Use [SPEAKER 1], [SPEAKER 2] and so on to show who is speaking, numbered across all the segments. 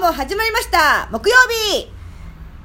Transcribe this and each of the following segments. [SPEAKER 1] も始まりました木曜日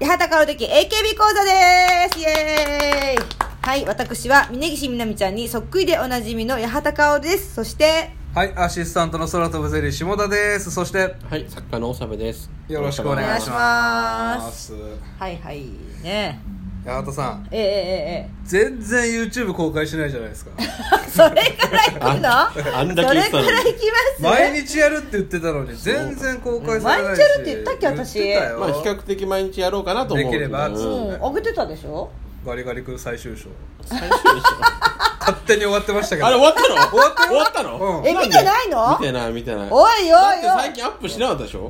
[SPEAKER 1] 八幡薫的 AKB 講座ですイエーイはい、私は峯岸みなみちゃんにそっくりでおなじみの八幡薫です。そして、
[SPEAKER 2] はい、アシスタントの空飛ぶゼリー下田です。そして、
[SPEAKER 3] はい、作家のおさめです。
[SPEAKER 2] よろしくお願いし
[SPEAKER 1] お願いしま
[SPEAKER 2] ますす。
[SPEAKER 1] はいはい、ね
[SPEAKER 2] 八幡さん、
[SPEAKER 1] え、えええええ
[SPEAKER 2] 全然 YouTube 公開しないじゃな いですか。
[SPEAKER 1] え。それから行くの
[SPEAKER 3] ああんだけ言ってたの
[SPEAKER 1] そ
[SPEAKER 3] に
[SPEAKER 1] れから行きます
[SPEAKER 2] 毎日やるって言ってたのに、全然公開されないし。
[SPEAKER 1] 毎日やるって言ったっけ私
[SPEAKER 2] 言ってたよ
[SPEAKER 3] まあ比較的毎日やろうかなと思うけど。
[SPEAKER 2] できれば
[SPEAKER 3] うん
[SPEAKER 2] そう
[SPEAKER 1] うん、あげてたでしょ
[SPEAKER 2] ガリガリ君最終章。
[SPEAKER 3] 最初でし
[SPEAKER 2] 勝手に終わってましたけ
[SPEAKER 3] ょ。
[SPEAKER 2] ど。
[SPEAKER 3] あれ終わったの？
[SPEAKER 2] 終わったよ
[SPEAKER 3] 終わったの？
[SPEAKER 2] うん
[SPEAKER 1] え、見てないの
[SPEAKER 3] 見てない見てない。
[SPEAKER 1] おいおいおい
[SPEAKER 3] だって最近アップしなかったでしょ。
[SPEAKER 2] う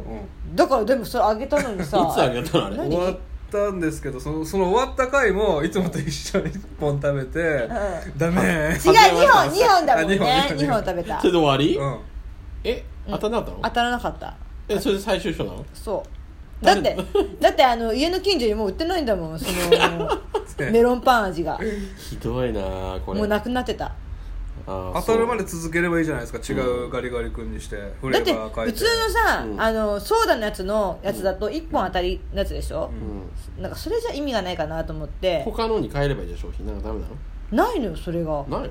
[SPEAKER 2] ん
[SPEAKER 1] だからでもそれあげたのにさ。
[SPEAKER 3] いつあげたのあれ
[SPEAKER 1] 何
[SPEAKER 2] 終わったんですけどそのその終わった回もいつもと一緒に1本食べて、
[SPEAKER 1] う
[SPEAKER 2] ダメ
[SPEAKER 1] 違う、2本、2本だもんね。
[SPEAKER 2] あ二本
[SPEAKER 1] 2本食べた
[SPEAKER 3] そ。れで終
[SPEAKER 2] う
[SPEAKER 3] わり？
[SPEAKER 2] ん
[SPEAKER 3] え、当たんなかった
[SPEAKER 1] 当
[SPEAKER 3] の？
[SPEAKER 1] たらなかった。
[SPEAKER 3] え、それで最終章なの？
[SPEAKER 1] そう。だって、だってあの、家の近所にもう売ってないんだもん、そ の、メロンパン味が。
[SPEAKER 3] ひどいなあこれ。
[SPEAKER 1] もうなくなってた。
[SPEAKER 3] 当
[SPEAKER 2] 当たるまで続ければいいじゃないですか違うガリガリ君にしてフレ
[SPEAKER 1] だって
[SPEAKER 2] ーバー変えて
[SPEAKER 1] 普通のさ、
[SPEAKER 3] うん
[SPEAKER 1] あのソーダのやつのやつだと1本当たりのやつでしょ、なんかそれじゃ意味がないかなと思って
[SPEAKER 3] 他のに変えればいいじゃん商品なんかダメな
[SPEAKER 1] ないのよそれが
[SPEAKER 3] の？ないの？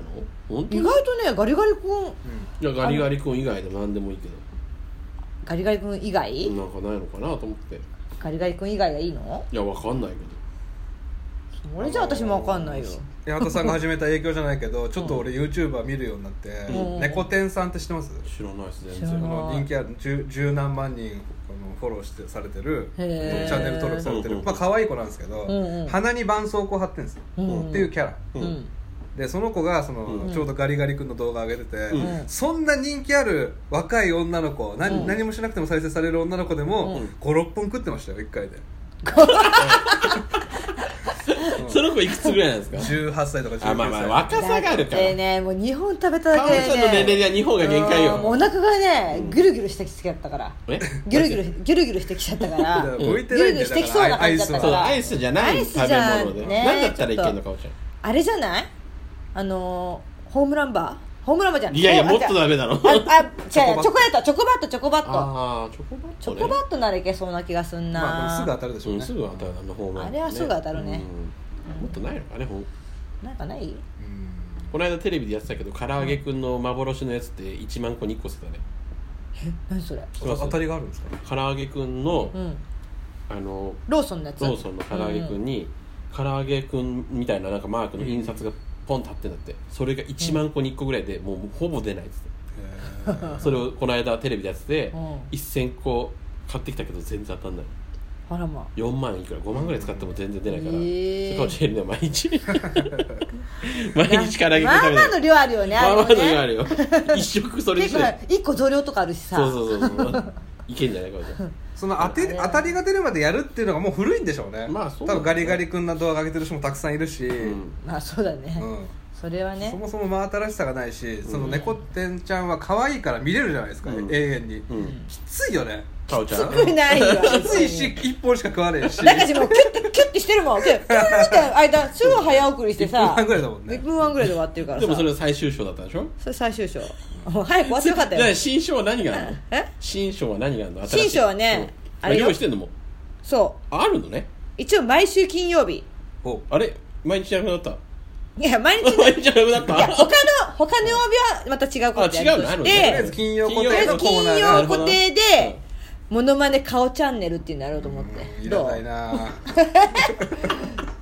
[SPEAKER 3] 本当
[SPEAKER 1] 意
[SPEAKER 3] に？
[SPEAKER 1] 外とねガリガリ君
[SPEAKER 3] いやガリガリ君以外でも何でもいいけど。
[SPEAKER 1] ガリガリ君以外、
[SPEAKER 3] なんかないのかなと思って。い
[SPEAKER 1] ガリガリ君以外がいいの
[SPEAKER 3] やわかんないけ
[SPEAKER 1] それじゃ私も分かんないよ
[SPEAKER 2] 八幡さんが始めた影響じゃないけどちょっと俺 YouTuber 見るようになって
[SPEAKER 1] うん
[SPEAKER 2] 猫天さんって知ってます
[SPEAKER 3] ど。知らないです全
[SPEAKER 1] 知ら
[SPEAKER 3] 然
[SPEAKER 2] あ。
[SPEAKER 1] ない
[SPEAKER 2] の人気ある十十何万人あのフォローしてされてるチ
[SPEAKER 1] へー
[SPEAKER 2] ャンネル登録されて
[SPEAKER 3] うん
[SPEAKER 2] る
[SPEAKER 3] うん
[SPEAKER 2] まあ可愛い子なんですけど
[SPEAKER 1] うんうん
[SPEAKER 2] 鼻に絆創膏貼ってるんですよ
[SPEAKER 1] うん
[SPEAKER 2] っていうキャラ
[SPEAKER 1] うん、
[SPEAKER 3] うん
[SPEAKER 2] でその子がその、
[SPEAKER 3] うん
[SPEAKER 2] ちょうどガリガリ君の動画上げてて、
[SPEAKER 3] うん
[SPEAKER 2] そんな人気ある若い女の子
[SPEAKER 1] う
[SPEAKER 2] 何,、
[SPEAKER 1] ん
[SPEAKER 2] 何もしなくても再生される女の子でも、
[SPEAKER 3] うん
[SPEAKER 2] 56本食ってましたよ1回で
[SPEAKER 3] その子いくつぐらいなんですか？
[SPEAKER 2] 18歳とか19歳
[SPEAKER 3] あまあまあ若さがあるか
[SPEAKER 1] だっ
[SPEAKER 3] ら
[SPEAKER 1] て。ねもう2本食べただ
[SPEAKER 3] かお
[SPEAKER 1] け
[SPEAKER 3] り
[SPEAKER 1] で、ね、
[SPEAKER 3] ちゃんの年齢では日本が限界
[SPEAKER 1] うんもうお
[SPEAKER 3] よ
[SPEAKER 1] 腹がねぐるぐるしてきちゃったから
[SPEAKER 3] え
[SPEAKER 1] ギュルギュルギュルギュルしてきちゃったか
[SPEAKER 2] だ
[SPEAKER 1] ら
[SPEAKER 2] から
[SPEAKER 1] うん
[SPEAKER 2] 向いてないん
[SPEAKER 1] う
[SPEAKER 2] だよ
[SPEAKER 1] んしてきそうな感じだった
[SPEAKER 2] だ
[SPEAKER 3] そ
[SPEAKER 2] か
[SPEAKER 3] うだアイスじゃな
[SPEAKER 1] アイ
[SPEAKER 3] い
[SPEAKER 1] ス
[SPEAKER 3] 食
[SPEAKER 1] じ
[SPEAKER 3] べ
[SPEAKER 1] ゃん
[SPEAKER 3] 物で、
[SPEAKER 1] ね
[SPEAKER 3] なんだったらいけんのかおちゃ
[SPEAKER 1] あれじゃないあのーホームランバーホームランバーじゃ
[SPEAKER 3] ん
[SPEAKER 1] ない
[SPEAKER 3] いやいや
[SPEAKER 1] あ
[SPEAKER 3] もっとダメだ ろ
[SPEAKER 1] ああ違うチョ
[SPEAKER 2] ョコバット
[SPEAKER 1] コレートチョコバットチョコバット
[SPEAKER 3] ああチョコバットね
[SPEAKER 1] チョコバットならいけそうな気がすんな、
[SPEAKER 2] まあ、すぐ当たるでしょ
[SPEAKER 3] う
[SPEAKER 2] うんね、
[SPEAKER 3] すぐ当たるあのホームラン
[SPEAKER 1] あれはすぐ当たるね
[SPEAKER 3] うんもっとないのかねほん
[SPEAKER 1] なんかない
[SPEAKER 2] うん
[SPEAKER 3] この間テレビでやってたけど唐揚げくんの幻のやつって1万個2個捨てたね
[SPEAKER 1] 何それ
[SPEAKER 3] そうそう
[SPEAKER 2] 当たりがあるんですか
[SPEAKER 3] 唐揚げくんの
[SPEAKER 1] うん
[SPEAKER 3] あの
[SPEAKER 1] ローソンのやつ
[SPEAKER 3] ローソンの唐揚げくんに唐揚げくんみたいななんかマークの印刷がポンと貼ってんだってそれが1万個に1個ぐらいでもうほぼ出ないっつって
[SPEAKER 2] へー
[SPEAKER 3] それをこの間テレビでやってて、
[SPEAKER 1] うん
[SPEAKER 3] 1000個買ってきたけど全然当たんない
[SPEAKER 1] あら ま
[SPEAKER 3] 4万いくら5万ぐらい使っても全然出ないから、
[SPEAKER 1] へー
[SPEAKER 3] それかもしれない毎 日毎日唐揚げ食べ
[SPEAKER 1] まあまあ
[SPEAKER 3] た
[SPEAKER 1] の量あるよね
[SPEAKER 3] まあまあ
[SPEAKER 1] れ
[SPEAKER 3] の
[SPEAKER 1] ね
[SPEAKER 3] 量あるよ一食それ
[SPEAKER 1] 結
[SPEAKER 3] し
[SPEAKER 1] 構
[SPEAKER 3] て
[SPEAKER 1] 1個増量とかあるしさ
[SPEAKER 3] そうそうそうそういけんじゃないかもしれない
[SPEAKER 2] その当て当たりが出るまでやるっていうのがもう古いんでしょうね,、
[SPEAKER 3] まあそ
[SPEAKER 2] 多
[SPEAKER 3] うだね
[SPEAKER 2] 分ガリガリ君の動画上げてる人もたくさんいるし、
[SPEAKER 3] うん
[SPEAKER 1] まあそうだね、
[SPEAKER 2] うん
[SPEAKER 1] それは
[SPEAKER 2] そ
[SPEAKER 1] ね
[SPEAKER 2] もそも真新しさがないしその猫てんちゃんは可愛いから見れるじゃないですか、
[SPEAKER 3] うん
[SPEAKER 2] 永遠に、
[SPEAKER 3] うん
[SPEAKER 2] きついよね
[SPEAKER 3] かおちゃん
[SPEAKER 1] 少ない よ
[SPEAKER 2] きついし一本しか食わねえし
[SPEAKER 1] なんかしもうキュッてキュッてしてるもんキュッて間すぐ早送りして
[SPEAKER 2] 1分
[SPEAKER 1] さ
[SPEAKER 2] 半ぐらいだもん
[SPEAKER 1] 1
[SPEAKER 2] ね
[SPEAKER 1] 分半ぐらいで終わってるからさ
[SPEAKER 3] でもそれが最終章だったでしょ
[SPEAKER 1] それ最終章もう早く終わってよかった
[SPEAKER 3] じゃあ
[SPEAKER 1] よ
[SPEAKER 3] 新章は何があるの
[SPEAKER 1] え
[SPEAKER 3] 新章は何があるの
[SPEAKER 1] 新章はねあ
[SPEAKER 3] あ
[SPEAKER 1] れ
[SPEAKER 3] れ
[SPEAKER 1] よ
[SPEAKER 3] 用意してんのもう
[SPEAKER 1] そう
[SPEAKER 3] ああるのね
[SPEAKER 1] 一応毎週金曜日
[SPEAKER 2] お
[SPEAKER 3] あれ毎日じゃなくなった
[SPEAKER 1] いや毎日
[SPEAKER 3] 毎日じゃなくなっ
[SPEAKER 1] いや
[SPEAKER 3] た
[SPEAKER 1] 他の他の曜日はまた違うことやると
[SPEAKER 3] あ違うのあ
[SPEAKER 1] し
[SPEAKER 3] る
[SPEAKER 1] て
[SPEAKER 3] の
[SPEAKER 2] とりあえず金曜固
[SPEAKER 1] とりあえ
[SPEAKER 2] 定
[SPEAKER 1] ず
[SPEAKER 2] のコー
[SPEAKER 1] 金
[SPEAKER 2] ナー
[SPEAKER 3] な
[SPEAKER 1] 曜
[SPEAKER 3] るほ
[SPEAKER 1] 固
[SPEAKER 3] ど
[SPEAKER 1] 定で「モノマネ顔チャンネル」っていうのやろうと思って
[SPEAKER 2] い
[SPEAKER 1] ど
[SPEAKER 2] ら
[SPEAKER 1] う
[SPEAKER 2] ないな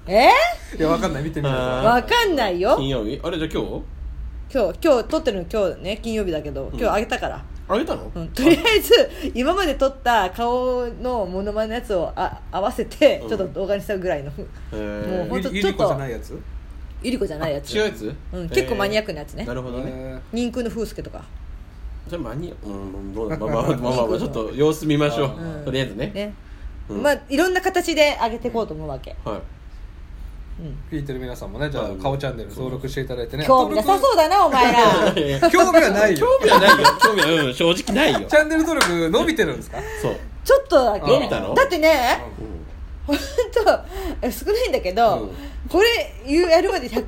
[SPEAKER 1] え
[SPEAKER 2] いやわかんない見てみよう
[SPEAKER 1] ー
[SPEAKER 3] あ
[SPEAKER 1] わかんないよ
[SPEAKER 3] 金曜日あれじゃあ今日
[SPEAKER 1] 今日今日撮ってるの今日ね金曜日だけど今日あげたから、
[SPEAKER 3] あげたの
[SPEAKER 1] うんとりあえず今まで撮った顔のモノマネのやつをあ合わせて
[SPEAKER 3] うん
[SPEAKER 1] ちょっと動画にしたぐらいの、
[SPEAKER 3] へ
[SPEAKER 1] もう
[SPEAKER 3] ー
[SPEAKER 1] ほんと
[SPEAKER 2] ゆり
[SPEAKER 1] ち
[SPEAKER 2] ゆ
[SPEAKER 1] ょっと
[SPEAKER 2] り子じゃないやつ
[SPEAKER 1] ゆり子じゃないやつ
[SPEAKER 3] 違うやつ
[SPEAKER 1] うん、結構マニアックなやつ
[SPEAKER 3] えー
[SPEAKER 1] ね
[SPEAKER 3] なるほどね
[SPEAKER 2] え
[SPEAKER 1] 人空の風介とか
[SPEAKER 3] じゃあマニアうん どうだまあまあまあまあまあまあちょっと様子見ましょ
[SPEAKER 1] うん
[SPEAKER 3] うとりあえずね
[SPEAKER 1] ね、
[SPEAKER 3] うん
[SPEAKER 1] まあいろんな形で上げていこうと思うわけ、
[SPEAKER 3] はい
[SPEAKER 1] うん、
[SPEAKER 2] ー聞いてる皆さんもねじゃあ顔チャンネル登録していただいてね
[SPEAKER 1] 興味なさそうだなお前 ら
[SPEAKER 3] いやいや
[SPEAKER 2] 登録興味はないよ
[SPEAKER 3] 興味はないよ興味はうん正直ないよ
[SPEAKER 2] チャンネル登録伸びてるんですか
[SPEAKER 3] そう
[SPEAKER 1] ちょっとだけ
[SPEAKER 2] 伸
[SPEAKER 3] びたの
[SPEAKER 1] だってね
[SPEAKER 2] う
[SPEAKER 1] 本当少ないんだけど、
[SPEAKER 3] うん
[SPEAKER 1] これ言うやるまで160ちょい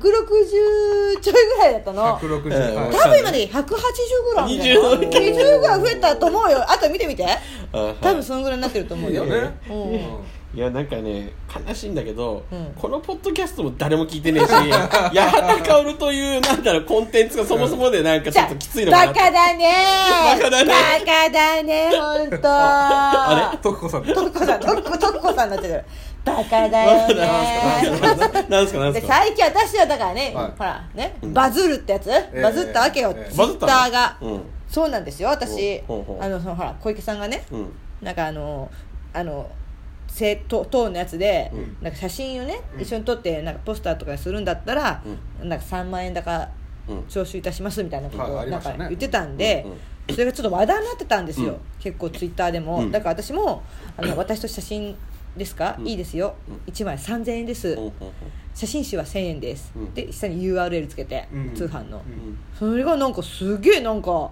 [SPEAKER 1] ぐらいだったの多
[SPEAKER 2] 160
[SPEAKER 3] ええ
[SPEAKER 2] はい
[SPEAKER 1] 分今で180ぐらいあるんだよ
[SPEAKER 3] 20
[SPEAKER 1] 20ぐらい増えたと思うよあと見てみて
[SPEAKER 3] あはい
[SPEAKER 1] 多分そのぐらいになってると思うよ
[SPEAKER 2] いいよね
[SPEAKER 1] うん
[SPEAKER 3] いやなんかね悲しいんだけど、
[SPEAKER 1] うん
[SPEAKER 3] このポッドキャストも誰も聞いて ねえし八幡薫というなんだろうコンテンツがそもそもでなんかちょっときついのかな
[SPEAKER 1] バカだね
[SPEAKER 3] バカだね
[SPEAKER 1] バカだね本当
[SPEAKER 3] あ
[SPEAKER 1] あ
[SPEAKER 3] れ
[SPEAKER 2] トクコさん
[SPEAKER 1] トッコさんトッコトッコさんになってるバカだよね
[SPEAKER 3] なんすかなん
[SPEAKER 1] で
[SPEAKER 3] すかなんすか
[SPEAKER 1] 最近私はだからね、
[SPEAKER 2] はい
[SPEAKER 1] ほらね
[SPEAKER 3] うん
[SPEAKER 1] バズるってやつ、
[SPEAKER 2] え
[SPEAKER 1] バズったわけよ、
[SPEAKER 2] ええ
[SPEAKER 1] ツイッターが、
[SPEAKER 3] うん
[SPEAKER 1] そうなんですよ私
[SPEAKER 3] ほうほうほう
[SPEAKER 1] あのそのほら小池さんがね
[SPEAKER 3] うん
[SPEAKER 1] なんかあのあの政党党のやつで、
[SPEAKER 3] うん
[SPEAKER 1] なんか写真をね、
[SPEAKER 2] うん
[SPEAKER 1] 一緒に撮ってなんかポスターとかにするんだったら、なんか3万円だか
[SPEAKER 3] うん
[SPEAKER 1] 徴収いたしますみたいなこと
[SPEAKER 2] はいあ
[SPEAKER 1] を
[SPEAKER 2] り
[SPEAKER 1] な
[SPEAKER 2] ま
[SPEAKER 1] ん
[SPEAKER 2] した
[SPEAKER 1] か
[SPEAKER 2] ね
[SPEAKER 1] 言ってたんで、
[SPEAKER 3] うんうん
[SPEAKER 1] それがちょっと話題になってたんですよ、
[SPEAKER 3] うん
[SPEAKER 1] 結構ツイッターでも、
[SPEAKER 3] うん
[SPEAKER 1] だから私もあの私と写真ですか、
[SPEAKER 3] うん
[SPEAKER 1] いいですよ、
[SPEAKER 3] うん
[SPEAKER 1] 1枚3000円です、
[SPEAKER 3] うんうん
[SPEAKER 1] 写真集は1000円です、
[SPEAKER 3] うん
[SPEAKER 1] で下に URL つけて、
[SPEAKER 2] うん
[SPEAKER 1] 通販の、
[SPEAKER 2] うん
[SPEAKER 1] それがなんかすげえなんか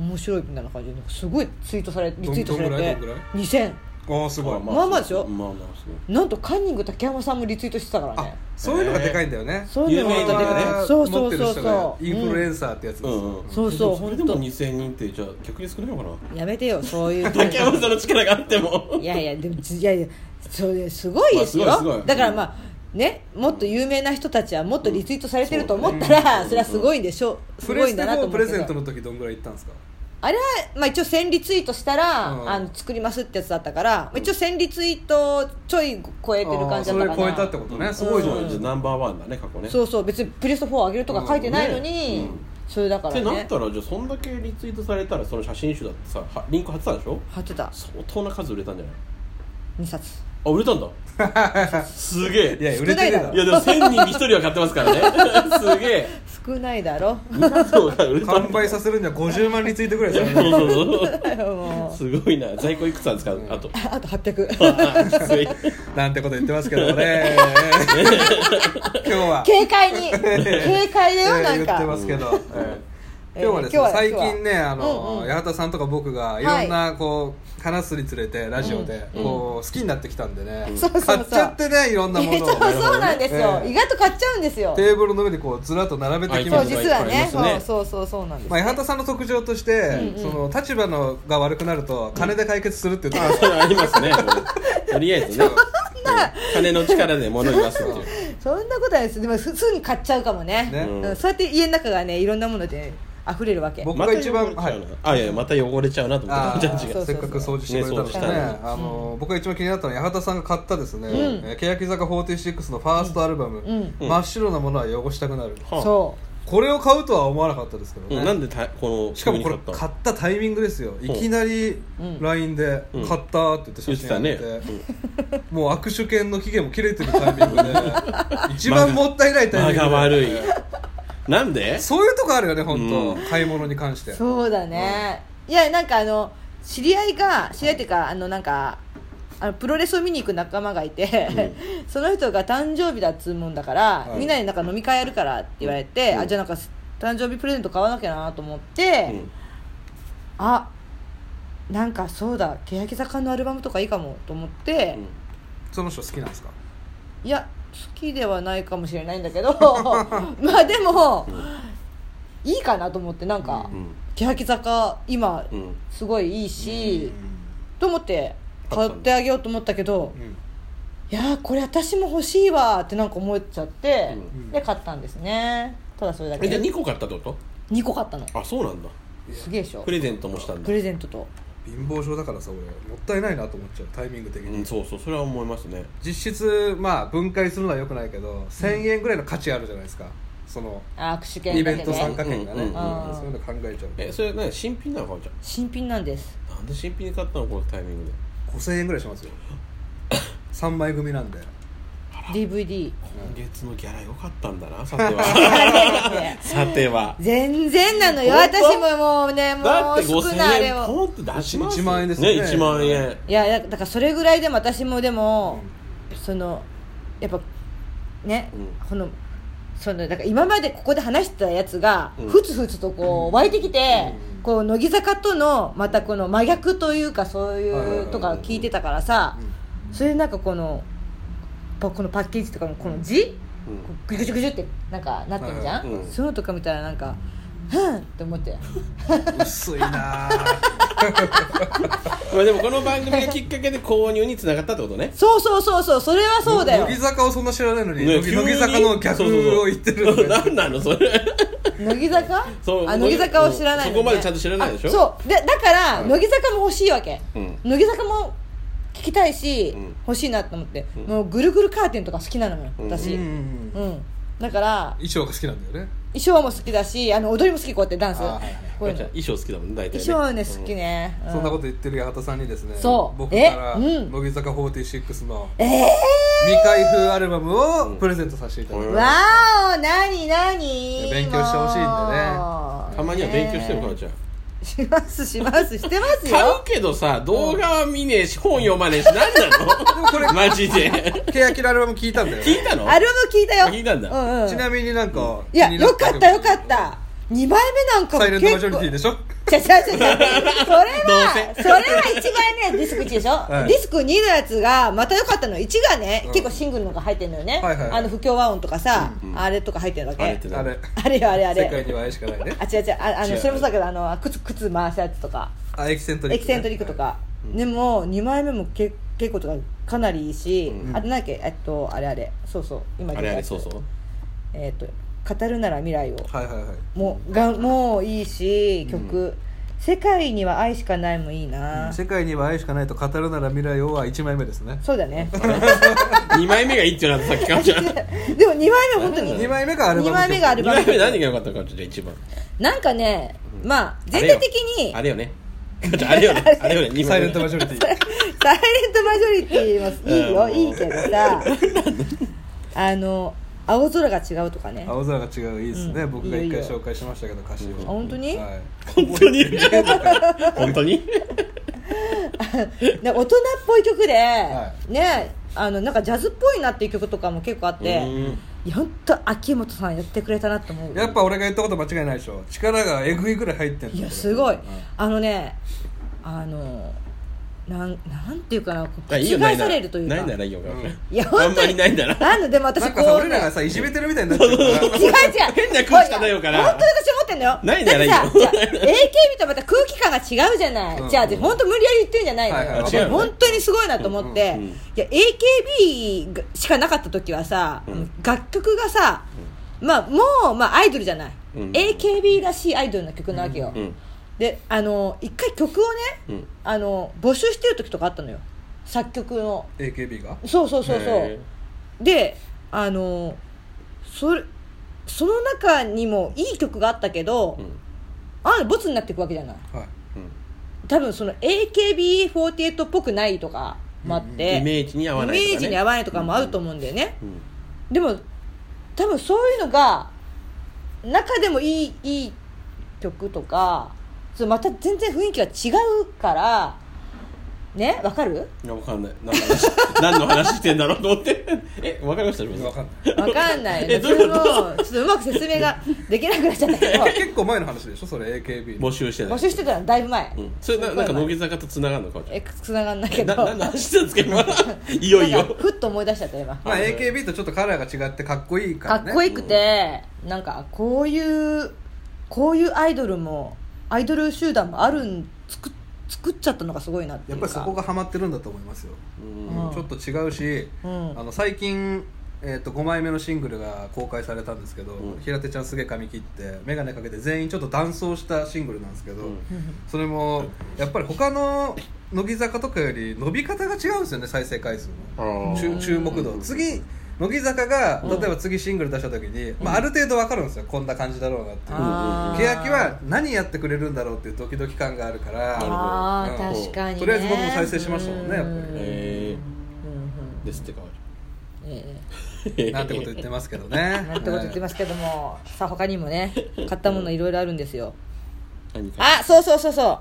[SPEAKER 2] うん
[SPEAKER 1] 面白いみたいな感じでなんかすごいツイートされリツイートされ
[SPEAKER 2] どんぐらい
[SPEAKER 1] て
[SPEAKER 2] どんぐらい
[SPEAKER 1] 2000
[SPEAKER 2] ああすごい
[SPEAKER 1] まあまあでしょ
[SPEAKER 3] まあまあすごい
[SPEAKER 1] なんとカンニング竹山さんもリツイートしてたから
[SPEAKER 2] あ
[SPEAKER 1] ね
[SPEAKER 2] そういうのがでかいんだよね
[SPEAKER 1] そういうの
[SPEAKER 3] 有名
[SPEAKER 1] が
[SPEAKER 3] なね
[SPEAKER 2] あー
[SPEAKER 1] そうそ
[SPEAKER 2] 持っ
[SPEAKER 1] う
[SPEAKER 2] てる
[SPEAKER 1] そう
[SPEAKER 2] 人が
[SPEAKER 1] そう
[SPEAKER 2] インフルエ
[SPEAKER 1] うん
[SPEAKER 2] ンサーってやつです
[SPEAKER 3] うんうん
[SPEAKER 1] そうそう
[SPEAKER 3] それでも
[SPEAKER 1] 本当
[SPEAKER 3] 2000人ってじゃあ逆に少ないのかな
[SPEAKER 1] やめてよそういう
[SPEAKER 3] 竹山さんの力があっても
[SPEAKER 1] いやいやでもいやいやそれすごいですよ、
[SPEAKER 3] まあすごいすごい
[SPEAKER 1] だからまあね、もっと有名な人たちはもっとリツイートされてると思ったら、
[SPEAKER 3] うん
[SPEAKER 1] それはすごいんでしょう、す
[SPEAKER 2] プ
[SPEAKER 1] ご
[SPEAKER 2] レ
[SPEAKER 1] いん
[SPEAKER 2] ス
[SPEAKER 1] だ
[SPEAKER 2] テ
[SPEAKER 1] なと
[SPEAKER 2] の
[SPEAKER 1] 思
[SPEAKER 2] プ
[SPEAKER 1] うけ
[SPEAKER 2] レ
[SPEAKER 1] ど
[SPEAKER 2] ゼントの時どんぐらい行ったんですか
[SPEAKER 1] あれは、まあ、一応1000リツイートしたら、
[SPEAKER 2] うん
[SPEAKER 1] あの作りますってやつだったから、まあ一応1000リツイートちょい超えてる感じだった
[SPEAKER 2] あー
[SPEAKER 1] か
[SPEAKER 2] それ超え
[SPEAKER 1] ら
[SPEAKER 2] たってことねすごいじゃない
[SPEAKER 3] じゃあナンバーワンだね過去ね
[SPEAKER 1] そうそう別にプレスト4上げるとか書いてないのに、
[SPEAKER 3] うんねうん
[SPEAKER 1] それだから
[SPEAKER 3] ってなっ
[SPEAKER 1] ね
[SPEAKER 3] たらじゃあそんだけリツイートされたらその写真集だってさはリンク貼ってたでしょ
[SPEAKER 1] 貼ってた
[SPEAKER 3] 相当な数売れたんじゃない
[SPEAKER 1] 2冊
[SPEAKER 3] あ売れたんだすげえ
[SPEAKER 2] いや売
[SPEAKER 1] 少
[SPEAKER 2] れてる
[SPEAKER 1] ない
[SPEAKER 2] だ
[SPEAKER 1] だ
[SPEAKER 3] い
[SPEAKER 2] ろ
[SPEAKER 3] やでも1000人に1人は買ってますか らねすげえ
[SPEAKER 1] 少ないだろ
[SPEAKER 3] 2層が売れた
[SPEAKER 2] 完売させるには50万リツイートぐらいさ れる
[SPEAKER 3] そうそう
[SPEAKER 1] もう
[SPEAKER 3] そうすごいな在庫いくつなんですかあと
[SPEAKER 1] ああと800
[SPEAKER 3] きつい
[SPEAKER 2] なんてこと言ってますけどね今日 は
[SPEAKER 1] 軽快 に軽快だよなん
[SPEAKER 2] えー言って
[SPEAKER 1] か、
[SPEAKER 2] ますけど、え
[SPEAKER 1] え
[SPEAKER 2] ー
[SPEAKER 1] ー
[SPEAKER 2] 今日はです
[SPEAKER 1] 今日は
[SPEAKER 2] ね最近ねあ
[SPEAKER 1] うん
[SPEAKER 2] の、
[SPEAKER 1] うん
[SPEAKER 2] 八幡さんとか僕がいろんなこう、話すにつれてラジオで、
[SPEAKER 3] うん
[SPEAKER 2] こう好きになってきたんでね、
[SPEAKER 1] そうそうそう
[SPEAKER 2] 買っちゃってねいろんなも の
[SPEAKER 1] そ
[SPEAKER 2] を
[SPEAKER 1] うそうなんですよ、
[SPEAKER 2] ええ
[SPEAKER 1] 意外と買っちゃうんですよ
[SPEAKER 2] テーブルの上にこうずらっと並べてき
[SPEAKER 1] そ
[SPEAKER 2] ま
[SPEAKER 1] う
[SPEAKER 2] した
[SPEAKER 1] 実は
[SPEAKER 3] ありま
[SPEAKER 1] ね
[SPEAKER 3] すね
[SPEAKER 1] そうそうそうそうなんです、
[SPEAKER 2] まあ、八幡さんの特徴として、その立場のが悪くなると金で解決するって言って
[SPEAKER 3] それありますねもうとりあえずねうん金の力で物言わすっていう
[SPEAKER 1] そんなことないですでもすすぐに買っちゃうかもね
[SPEAKER 2] ね
[SPEAKER 1] うんそうやって家の中がねいろんなもので溢れるわけ
[SPEAKER 2] 僕
[SPEAKER 3] ま
[SPEAKER 2] が
[SPEAKER 3] た
[SPEAKER 2] 一番
[SPEAKER 3] 汚れちゃうなあいやいやまた汚れちゃうなと思
[SPEAKER 2] あ
[SPEAKER 3] ってじゃあ違う
[SPEAKER 1] そ
[SPEAKER 2] ー
[SPEAKER 1] う
[SPEAKER 2] せっかく掃除してくれたのにね
[SPEAKER 3] ねそうしたね
[SPEAKER 2] あの僕が一番気になったのは八幡さんが買ったですね、えー欅坂46のファーストアルバム、
[SPEAKER 1] ん
[SPEAKER 2] 真っ白なものは汚したくなる、
[SPEAKER 3] はあ
[SPEAKER 1] そ
[SPEAKER 2] これを買うとは思わなかったですけどね、
[SPEAKER 3] うんなんでたこの
[SPEAKER 2] しかもこれ
[SPEAKER 3] 急に買
[SPEAKER 2] 買
[SPEAKER 3] っ
[SPEAKER 2] ったタイミングですよいきなり LINE で
[SPEAKER 3] う
[SPEAKER 2] 「
[SPEAKER 3] ん
[SPEAKER 2] 買った」って言って写真上げて,、
[SPEAKER 3] 言ってたね
[SPEAKER 2] もう握手券の期限も切れてるタイミン グで一番もったいないタイミング
[SPEAKER 3] 間
[SPEAKER 2] で
[SPEAKER 3] が悪い なんで
[SPEAKER 2] そういうとこあるよね本当、
[SPEAKER 3] う
[SPEAKER 2] 買い物に関して
[SPEAKER 1] うそうだね、いやなんかあの知り合いが知り合いっていうかあのなんかあのプロレスを見に行く仲間がいて、 その人が誕生日だっつうもんだから、
[SPEAKER 2] はい
[SPEAKER 1] みんなでなんか飲み会やるからって言われて、
[SPEAKER 3] うん
[SPEAKER 1] あじゃあなんか誕生日プレゼント買わなきゃなと思って、
[SPEAKER 3] うん
[SPEAKER 1] あなんかそうだ欅坂のアルバムとかいいかもと思って、
[SPEAKER 3] うん
[SPEAKER 2] その人好きなんですか
[SPEAKER 1] いや好きではないかもしれないんだ けど まあでも、いいかなと思ってなんか、
[SPEAKER 3] うん
[SPEAKER 1] 欅坂今、
[SPEAKER 3] うん
[SPEAKER 1] すごいいいし、と思って買ってあげようと思ったけど、
[SPEAKER 2] うん
[SPEAKER 1] いやーこれ私も欲しいわーってなんか思っちゃって、
[SPEAKER 2] うん
[SPEAKER 1] で買ったんですねただそれだけ
[SPEAKER 3] えじゃあ2個買ったってこ
[SPEAKER 1] 2個買ったの
[SPEAKER 3] とあそうなんだ
[SPEAKER 1] すげえでしょ
[SPEAKER 3] プレゼントもしたんだ
[SPEAKER 1] プレゼントと
[SPEAKER 2] 貧乏症だからさ俺もったいないなと思っちゃうタイミング的
[SPEAKER 3] う
[SPEAKER 2] に、
[SPEAKER 3] んそうそうそれは思いますね
[SPEAKER 2] 実質まあ分解するのはよくないけど1000円ぐらいの価値あるじゃないですかその
[SPEAKER 1] あ握手
[SPEAKER 2] イ
[SPEAKER 1] 券だ
[SPEAKER 2] ベ
[SPEAKER 1] け
[SPEAKER 2] ン
[SPEAKER 1] で、
[SPEAKER 2] ト参
[SPEAKER 1] ね、
[SPEAKER 2] 加券がね、
[SPEAKER 3] うん
[SPEAKER 1] うんうん
[SPEAKER 2] そういうの考えちゃう
[SPEAKER 3] えそれね新品なのかおちゃ
[SPEAKER 1] 新品なんです
[SPEAKER 3] んなんで新品で買ったのこのタイミングで
[SPEAKER 2] 5000円ぐらいしますよ3枚組なんで
[SPEAKER 1] DVD
[SPEAKER 3] 今月のギャラ良かったんだなさては さては
[SPEAKER 1] 全然なのよ
[SPEAKER 3] 本当
[SPEAKER 1] 私ももうねも
[SPEAKER 3] だって
[SPEAKER 1] う少ないあ
[SPEAKER 3] 5000
[SPEAKER 1] れ
[SPEAKER 3] 円
[SPEAKER 1] を
[SPEAKER 3] ポンって出します
[SPEAKER 2] 1万円です
[SPEAKER 3] ね
[SPEAKER 2] ね
[SPEAKER 3] 1万円
[SPEAKER 1] いやだだからそれぐらいでも私もでも、そのやっぱね、
[SPEAKER 3] う
[SPEAKER 1] このそのだから今までここで話してたやつが、
[SPEAKER 3] うん
[SPEAKER 1] ふつふつとこう湧いてきて、
[SPEAKER 2] うん
[SPEAKER 1] こう乃木坂とのまたこの真逆というかそう
[SPEAKER 2] はいはい
[SPEAKER 1] い
[SPEAKER 2] は
[SPEAKER 1] う
[SPEAKER 2] い
[SPEAKER 1] とか聞いてたからさ、それでなんかこのパこのパッケージとかのこの字、
[SPEAKER 3] うん
[SPEAKER 1] こうグジュグジュグジュってなんかなってるじゃん、
[SPEAKER 3] うん
[SPEAKER 1] そういうのとか見たらなんかうんって思って
[SPEAKER 2] 薄いなぁ
[SPEAKER 3] まあでもこの番組がきっかけで購入につながったってことね
[SPEAKER 1] そうそうそうそうそれは そうだよ
[SPEAKER 2] 乃木坂をそんな知らないのに、乃木
[SPEAKER 3] 急に
[SPEAKER 2] 乃木坂の逆を言ってる
[SPEAKER 3] そうそうそう
[SPEAKER 2] の
[SPEAKER 3] 何なのそれ
[SPEAKER 1] 乃木坂
[SPEAKER 3] そう
[SPEAKER 1] あ乃木坂を知らないのね
[SPEAKER 3] そこまでちゃんと知らないでしょ
[SPEAKER 1] あそうでだから、乃木坂も欲しいわけ、
[SPEAKER 3] うん
[SPEAKER 1] 乃木坂も聞きたいし、
[SPEAKER 3] うん
[SPEAKER 1] 欲しいなと思って、
[SPEAKER 3] うん
[SPEAKER 1] もうぐるぐるカーテンとか好きなのよ私う
[SPEAKER 2] う
[SPEAKER 1] ん、
[SPEAKER 2] ん
[SPEAKER 1] だから
[SPEAKER 2] 衣装が好きなんだよね
[SPEAKER 1] 衣装も好きだしあの踊りも好きこうやってダンス
[SPEAKER 2] あーはいはい
[SPEAKER 1] こういうの
[SPEAKER 3] まあ衣装好きだもんね大体
[SPEAKER 1] 衣装ね好きね、う
[SPEAKER 2] そんなこと言ってる八幡さんにですね
[SPEAKER 1] そう
[SPEAKER 2] 僕か
[SPEAKER 1] え
[SPEAKER 2] ら
[SPEAKER 1] うん
[SPEAKER 2] 乃木坂46の
[SPEAKER 1] え
[SPEAKER 2] 未開封アルバムをプレゼントさせていただき
[SPEAKER 1] ー、
[SPEAKER 2] ま
[SPEAKER 3] うん
[SPEAKER 1] わーおなになに
[SPEAKER 2] 勉強してほしいんでね
[SPEAKER 1] もう
[SPEAKER 3] たまには勉強してよかおちゃん
[SPEAKER 1] しますしますしてます
[SPEAKER 3] 買
[SPEAKER 1] よ
[SPEAKER 3] うけどさ動画は見ねえし本読まねえし何なの
[SPEAKER 2] すでもこれ
[SPEAKER 3] マジで
[SPEAKER 2] 欅のアルバム聞いたんだよ
[SPEAKER 3] 聞いたの
[SPEAKER 1] アルバム聞いたよ
[SPEAKER 3] 聞いたんだ
[SPEAKER 1] うんうん、
[SPEAKER 2] ちなみになんか
[SPEAKER 1] いや、
[SPEAKER 2] 気にな
[SPEAKER 1] よかったよか
[SPEAKER 2] 曲
[SPEAKER 1] った。2枚目なんかも
[SPEAKER 2] サイレントマジョリティ
[SPEAKER 1] で。
[SPEAKER 2] でしょ
[SPEAKER 1] ちゃちゃちゃちゃ。それは、
[SPEAKER 3] どうせ
[SPEAKER 1] それは1枚目 ディスク1でしょ、
[SPEAKER 2] はい
[SPEAKER 1] ディスク2のやつが、またよかったの。1がね、
[SPEAKER 2] うん
[SPEAKER 1] 結構シングルのが入ってるのよね。
[SPEAKER 2] はいはいはい
[SPEAKER 1] あの不協和音とかさ、あれとか入ってるわけ。
[SPEAKER 3] あれって
[SPEAKER 2] あ
[SPEAKER 3] な
[SPEAKER 2] れ
[SPEAKER 1] あれよあれあれ。
[SPEAKER 2] 世界には愛しかないね
[SPEAKER 1] あ、違う違う。ああ
[SPEAKER 3] 違
[SPEAKER 1] の、
[SPEAKER 3] う
[SPEAKER 1] それもそうだけど、あの、靴、靴回すやつとか、
[SPEAKER 2] あエキセントリッ
[SPEAKER 1] エ
[SPEAKER 2] ク
[SPEAKER 1] キ
[SPEAKER 2] ね
[SPEAKER 1] セントリックとか。でも、2枚目もけ結構とか、かなりいいし、
[SPEAKER 3] う
[SPEAKER 1] あと何だっけ、えっと、あれあれ、そうそう。今。
[SPEAKER 3] あれあれそうそうう
[SPEAKER 1] えっと、語るなら未来を。
[SPEAKER 2] はいはいはい
[SPEAKER 1] もうがもういいし曲、世界には愛しかない」もいいな、
[SPEAKER 2] 世界には愛しかないと語るなら未来をは1枚目ですね
[SPEAKER 1] そうだね
[SPEAKER 3] 2枚目がいいってなったさっきかおちゃん 2
[SPEAKER 1] でも2枚目本当に
[SPEAKER 2] 2枚目がアルバム
[SPEAKER 1] 二枚目がアルバム
[SPEAKER 3] 枚目何が良かったかおちゃんじゃあ一番
[SPEAKER 1] なんかねまあ全体的に
[SPEAKER 3] あれよねかおちゃんあれ よねあれよね2
[SPEAKER 2] サイ
[SPEAKER 3] 枚
[SPEAKER 2] レントマ
[SPEAKER 3] 目
[SPEAKER 2] ジョリティ
[SPEAKER 1] サイレントマジョリティもいいよ、
[SPEAKER 3] うん
[SPEAKER 1] いいけどさあの「青空が違う」とかねあ
[SPEAKER 2] 青空が違ういいですね、
[SPEAKER 1] うん
[SPEAKER 2] 僕が
[SPEAKER 1] いい
[SPEAKER 2] 一
[SPEAKER 1] よい
[SPEAKER 2] 回
[SPEAKER 1] いよ
[SPEAKER 2] 紹介しましたけど歌詞を、
[SPEAKER 1] 本当に、
[SPEAKER 2] はい、
[SPEAKER 3] 本当に本当に
[SPEAKER 1] で大人っぽい曲で、
[SPEAKER 2] い
[SPEAKER 1] ねあのなんかジャズっぽいなっていう曲とかも結構あって
[SPEAKER 3] うん
[SPEAKER 1] いや本当秋元さんやってくれたなって思う
[SPEAKER 2] やっぱ俺が言ったこと間違いないでしょ力がえぐいぐらい入ってんの
[SPEAKER 1] いやすごい、
[SPEAKER 2] うん
[SPEAKER 1] あのねあのなんなんていうかなこう
[SPEAKER 3] あいいよ
[SPEAKER 1] 覆
[SPEAKER 3] ないな
[SPEAKER 1] さ
[SPEAKER 3] ら
[SPEAKER 1] れるというか
[SPEAKER 3] ないならいいよかおちゃん
[SPEAKER 1] いや
[SPEAKER 3] あ
[SPEAKER 1] 本
[SPEAKER 3] んま
[SPEAKER 1] 当
[SPEAKER 3] り
[SPEAKER 1] に
[SPEAKER 3] ないなら
[SPEAKER 1] なんのでも私
[SPEAKER 2] なん
[SPEAKER 1] こ
[SPEAKER 2] か
[SPEAKER 1] う
[SPEAKER 2] さ俺らがさいじめてるみたいになっちゃ うから
[SPEAKER 1] 違う違う
[SPEAKER 3] 変な空気漂うから
[SPEAKER 1] 本当に私思ってんのよ
[SPEAKER 3] ないならいいよ
[SPEAKER 1] だってさじゃあ AKB とまた空気感が違うじゃない、
[SPEAKER 2] うん
[SPEAKER 1] じゃあで本当無理やり言ってんじゃないのよ、
[SPEAKER 2] はいはい
[SPEAKER 1] 私
[SPEAKER 3] 違うよね
[SPEAKER 1] 本当にすごいなと思って、
[SPEAKER 3] うんうん
[SPEAKER 1] いや AKB がしかなかった時はさ、
[SPEAKER 3] ん
[SPEAKER 1] 楽曲がさ、まあもう、まあ、アイドルじゃない、
[SPEAKER 3] うん
[SPEAKER 1] AKB らしいアイドルの曲なわけよ、
[SPEAKER 3] うん
[SPEAKER 1] であの一回曲をね、
[SPEAKER 3] うん
[SPEAKER 1] あの募集してる時とかあったのよ作曲の
[SPEAKER 2] AKB が
[SPEAKER 1] そうそうそうそ
[SPEAKER 3] へ
[SPEAKER 1] うであのそれその中にもいい曲があったけど、
[SPEAKER 3] ーうん
[SPEAKER 1] あボツになっていくわけじゃない
[SPEAKER 2] はい
[SPEAKER 3] うん
[SPEAKER 1] 多分その AKB48 っぽくないとかもあって、
[SPEAKER 3] イメージに合わないとか
[SPEAKER 1] イ
[SPEAKER 3] ね
[SPEAKER 1] メージに合わないとかもあると思うんだよね、
[SPEAKER 3] うん
[SPEAKER 1] でも多分そういうのが中でもいいいい曲とかそうまた全然雰囲気が違うからねわかる
[SPEAKER 3] いやわかんない何の話何の話してんだろうと思ってえわかりました自分
[SPEAKER 2] 分かんない
[SPEAKER 1] わかんない
[SPEAKER 3] えどういうこと
[SPEAKER 1] それもちょっとうまく説明ができなくなっちゃったけど
[SPEAKER 2] 結構前の話でしょそれ AKB
[SPEAKER 3] 募集してない
[SPEAKER 1] 募集してたのだいぶ前、
[SPEAKER 3] うん、それななんか乃木坂と繋がるのかおちゃん
[SPEAKER 1] えつながんないけ
[SPEAKER 3] え
[SPEAKER 1] ど
[SPEAKER 3] な何の話してたんですか今いよい
[SPEAKER 1] なんか
[SPEAKER 3] よ
[SPEAKER 1] ふっと思い出しちゃった今
[SPEAKER 2] まあ AKB とちょっとカラーが違ってかっこいいか
[SPEAKER 1] から
[SPEAKER 2] ね
[SPEAKER 1] っこよくて、なんかこういうこういうアイドルもアイドル集団もあるん作っ作っちゃったのがすごいなってい
[SPEAKER 2] や
[SPEAKER 1] う
[SPEAKER 2] っ
[SPEAKER 1] か
[SPEAKER 2] ぱりそこがハマってるんだと思いますよ、
[SPEAKER 3] うん
[SPEAKER 1] うん
[SPEAKER 2] ちょっと違うし、
[SPEAKER 1] うん
[SPEAKER 2] あの最近、えー、と5枚目のシングルが公開されたんですけど、
[SPEAKER 3] うん
[SPEAKER 2] 平手ちゃんすげえ髪切って眼鏡かけて全員ちょっと断層したシングルなんですけど、
[SPEAKER 3] うん
[SPEAKER 2] それもやっぱり他の乃木坂とかより伸び方が違うんですよね再生回数
[SPEAKER 3] あ
[SPEAKER 2] の
[SPEAKER 3] ー
[SPEAKER 2] 注注目度次乃木坂が例えば次シングル出した時に、まあ、ある程度わかるんですよこんな感じだろうなっていう
[SPEAKER 1] あー
[SPEAKER 2] 欅は何やってくれるんだろうっていうドキドキ感があるから
[SPEAKER 3] なるほど
[SPEAKER 1] あー
[SPEAKER 2] うん
[SPEAKER 1] 確かに、ね、
[SPEAKER 2] とりあえず僕も再生しましたもんねやっぱり
[SPEAKER 1] うん
[SPEAKER 3] え
[SPEAKER 1] うんうん
[SPEAKER 3] ー、ですってかおち
[SPEAKER 1] え
[SPEAKER 3] ゃん
[SPEAKER 2] なんてこと言ってますけどね。
[SPEAKER 1] えなんてこと言ってますけども、さあ他にもね買ったものいろいろあるんですよ
[SPEAKER 3] 何か
[SPEAKER 1] あそうそうそうそ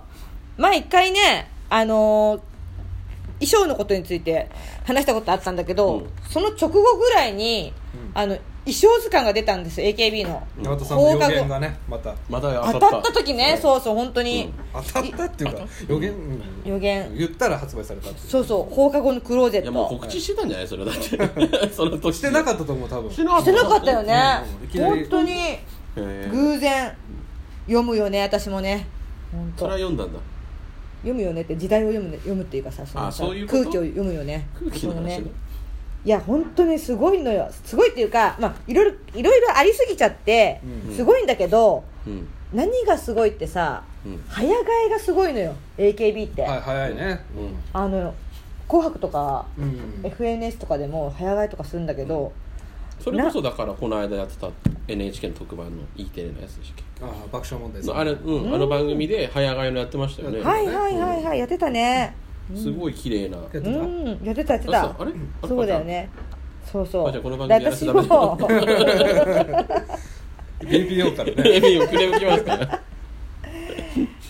[SPEAKER 1] う前一回ねあのー衣装のことについて話したことあったんだけど、
[SPEAKER 3] うん
[SPEAKER 1] その直後ぐらいに、
[SPEAKER 2] うん
[SPEAKER 1] あの衣装図鑑が出たんです AKB の
[SPEAKER 2] 長田さんの予言がね、また
[SPEAKER 3] また
[SPEAKER 1] 当た
[SPEAKER 3] 当た
[SPEAKER 1] っ
[SPEAKER 3] ったた
[SPEAKER 1] 時ね、そうそう本当に、
[SPEAKER 2] 当たったっていうか予言、うん
[SPEAKER 1] 予言
[SPEAKER 2] 言ったら発売されたっていう。
[SPEAKER 1] そうそう放課後のクローゼッ
[SPEAKER 3] いやもう
[SPEAKER 1] ト
[SPEAKER 3] 告知してたんじゃないそれはだって その年
[SPEAKER 2] してな
[SPEAKER 3] っ
[SPEAKER 2] かったと思う多分。
[SPEAKER 3] してなか
[SPEAKER 1] してなかったよね
[SPEAKER 2] うんうんい、きなり
[SPEAKER 1] 本当に
[SPEAKER 3] えー
[SPEAKER 1] 偶然読むよね私もね本当
[SPEAKER 3] それは読んだんだ
[SPEAKER 1] 読むよねって時代を読む,、ね、読むっていうかさその
[SPEAKER 3] あ
[SPEAKER 1] さ
[SPEAKER 3] そういうこと
[SPEAKER 1] 空気を読むよね
[SPEAKER 3] 空気の話
[SPEAKER 1] そ
[SPEAKER 3] ね
[SPEAKER 1] ねいや本当にすごいのよすごいっていうか、まあ、いろいろいろいろありすぎちゃって、
[SPEAKER 2] うん
[SPEAKER 1] すごいんだけど
[SPEAKER 3] うん
[SPEAKER 1] 何がすごいってさ、
[SPEAKER 3] うん
[SPEAKER 1] 早替えがすごいのよ AKB って、
[SPEAKER 2] はい早いね
[SPEAKER 3] うん
[SPEAKER 1] あの「紅白」とか、
[SPEAKER 2] うん
[SPEAKER 1] FNS とかでも早替えとかするんだけど、
[SPEAKER 3] それこそだからこの間やってた NHK の特番の E テレのやつでしたっ
[SPEAKER 2] ああ爆笑問題
[SPEAKER 3] け
[SPEAKER 2] さん
[SPEAKER 3] あれ、うん、あの番組で早替えのやってましたよね、
[SPEAKER 2] うん
[SPEAKER 1] はいはいはいはいやってたね
[SPEAKER 3] すごい綺麗な
[SPEAKER 2] やっ
[SPEAKER 1] う
[SPEAKER 2] てた
[SPEAKER 1] ん、やってたやって
[SPEAKER 3] あ
[SPEAKER 1] た
[SPEAKER 3] そうあれあれ
[SPEAKER 1] そうだよ ねそうそ
[SPEAKER 3] あじ
[SPEAKER 1] う
[SPEAKER 3] ゃあこの番
[SPEAKER 1] で
[SPEAKER 3] 組やらせ
[SPEAKER 1] 私
[SPEAKER 3] てダメだ
[SPEAKER 1] も
[SPEAKER 2] BPO からね
[SPEAKER 3] AKB 遅れてきますから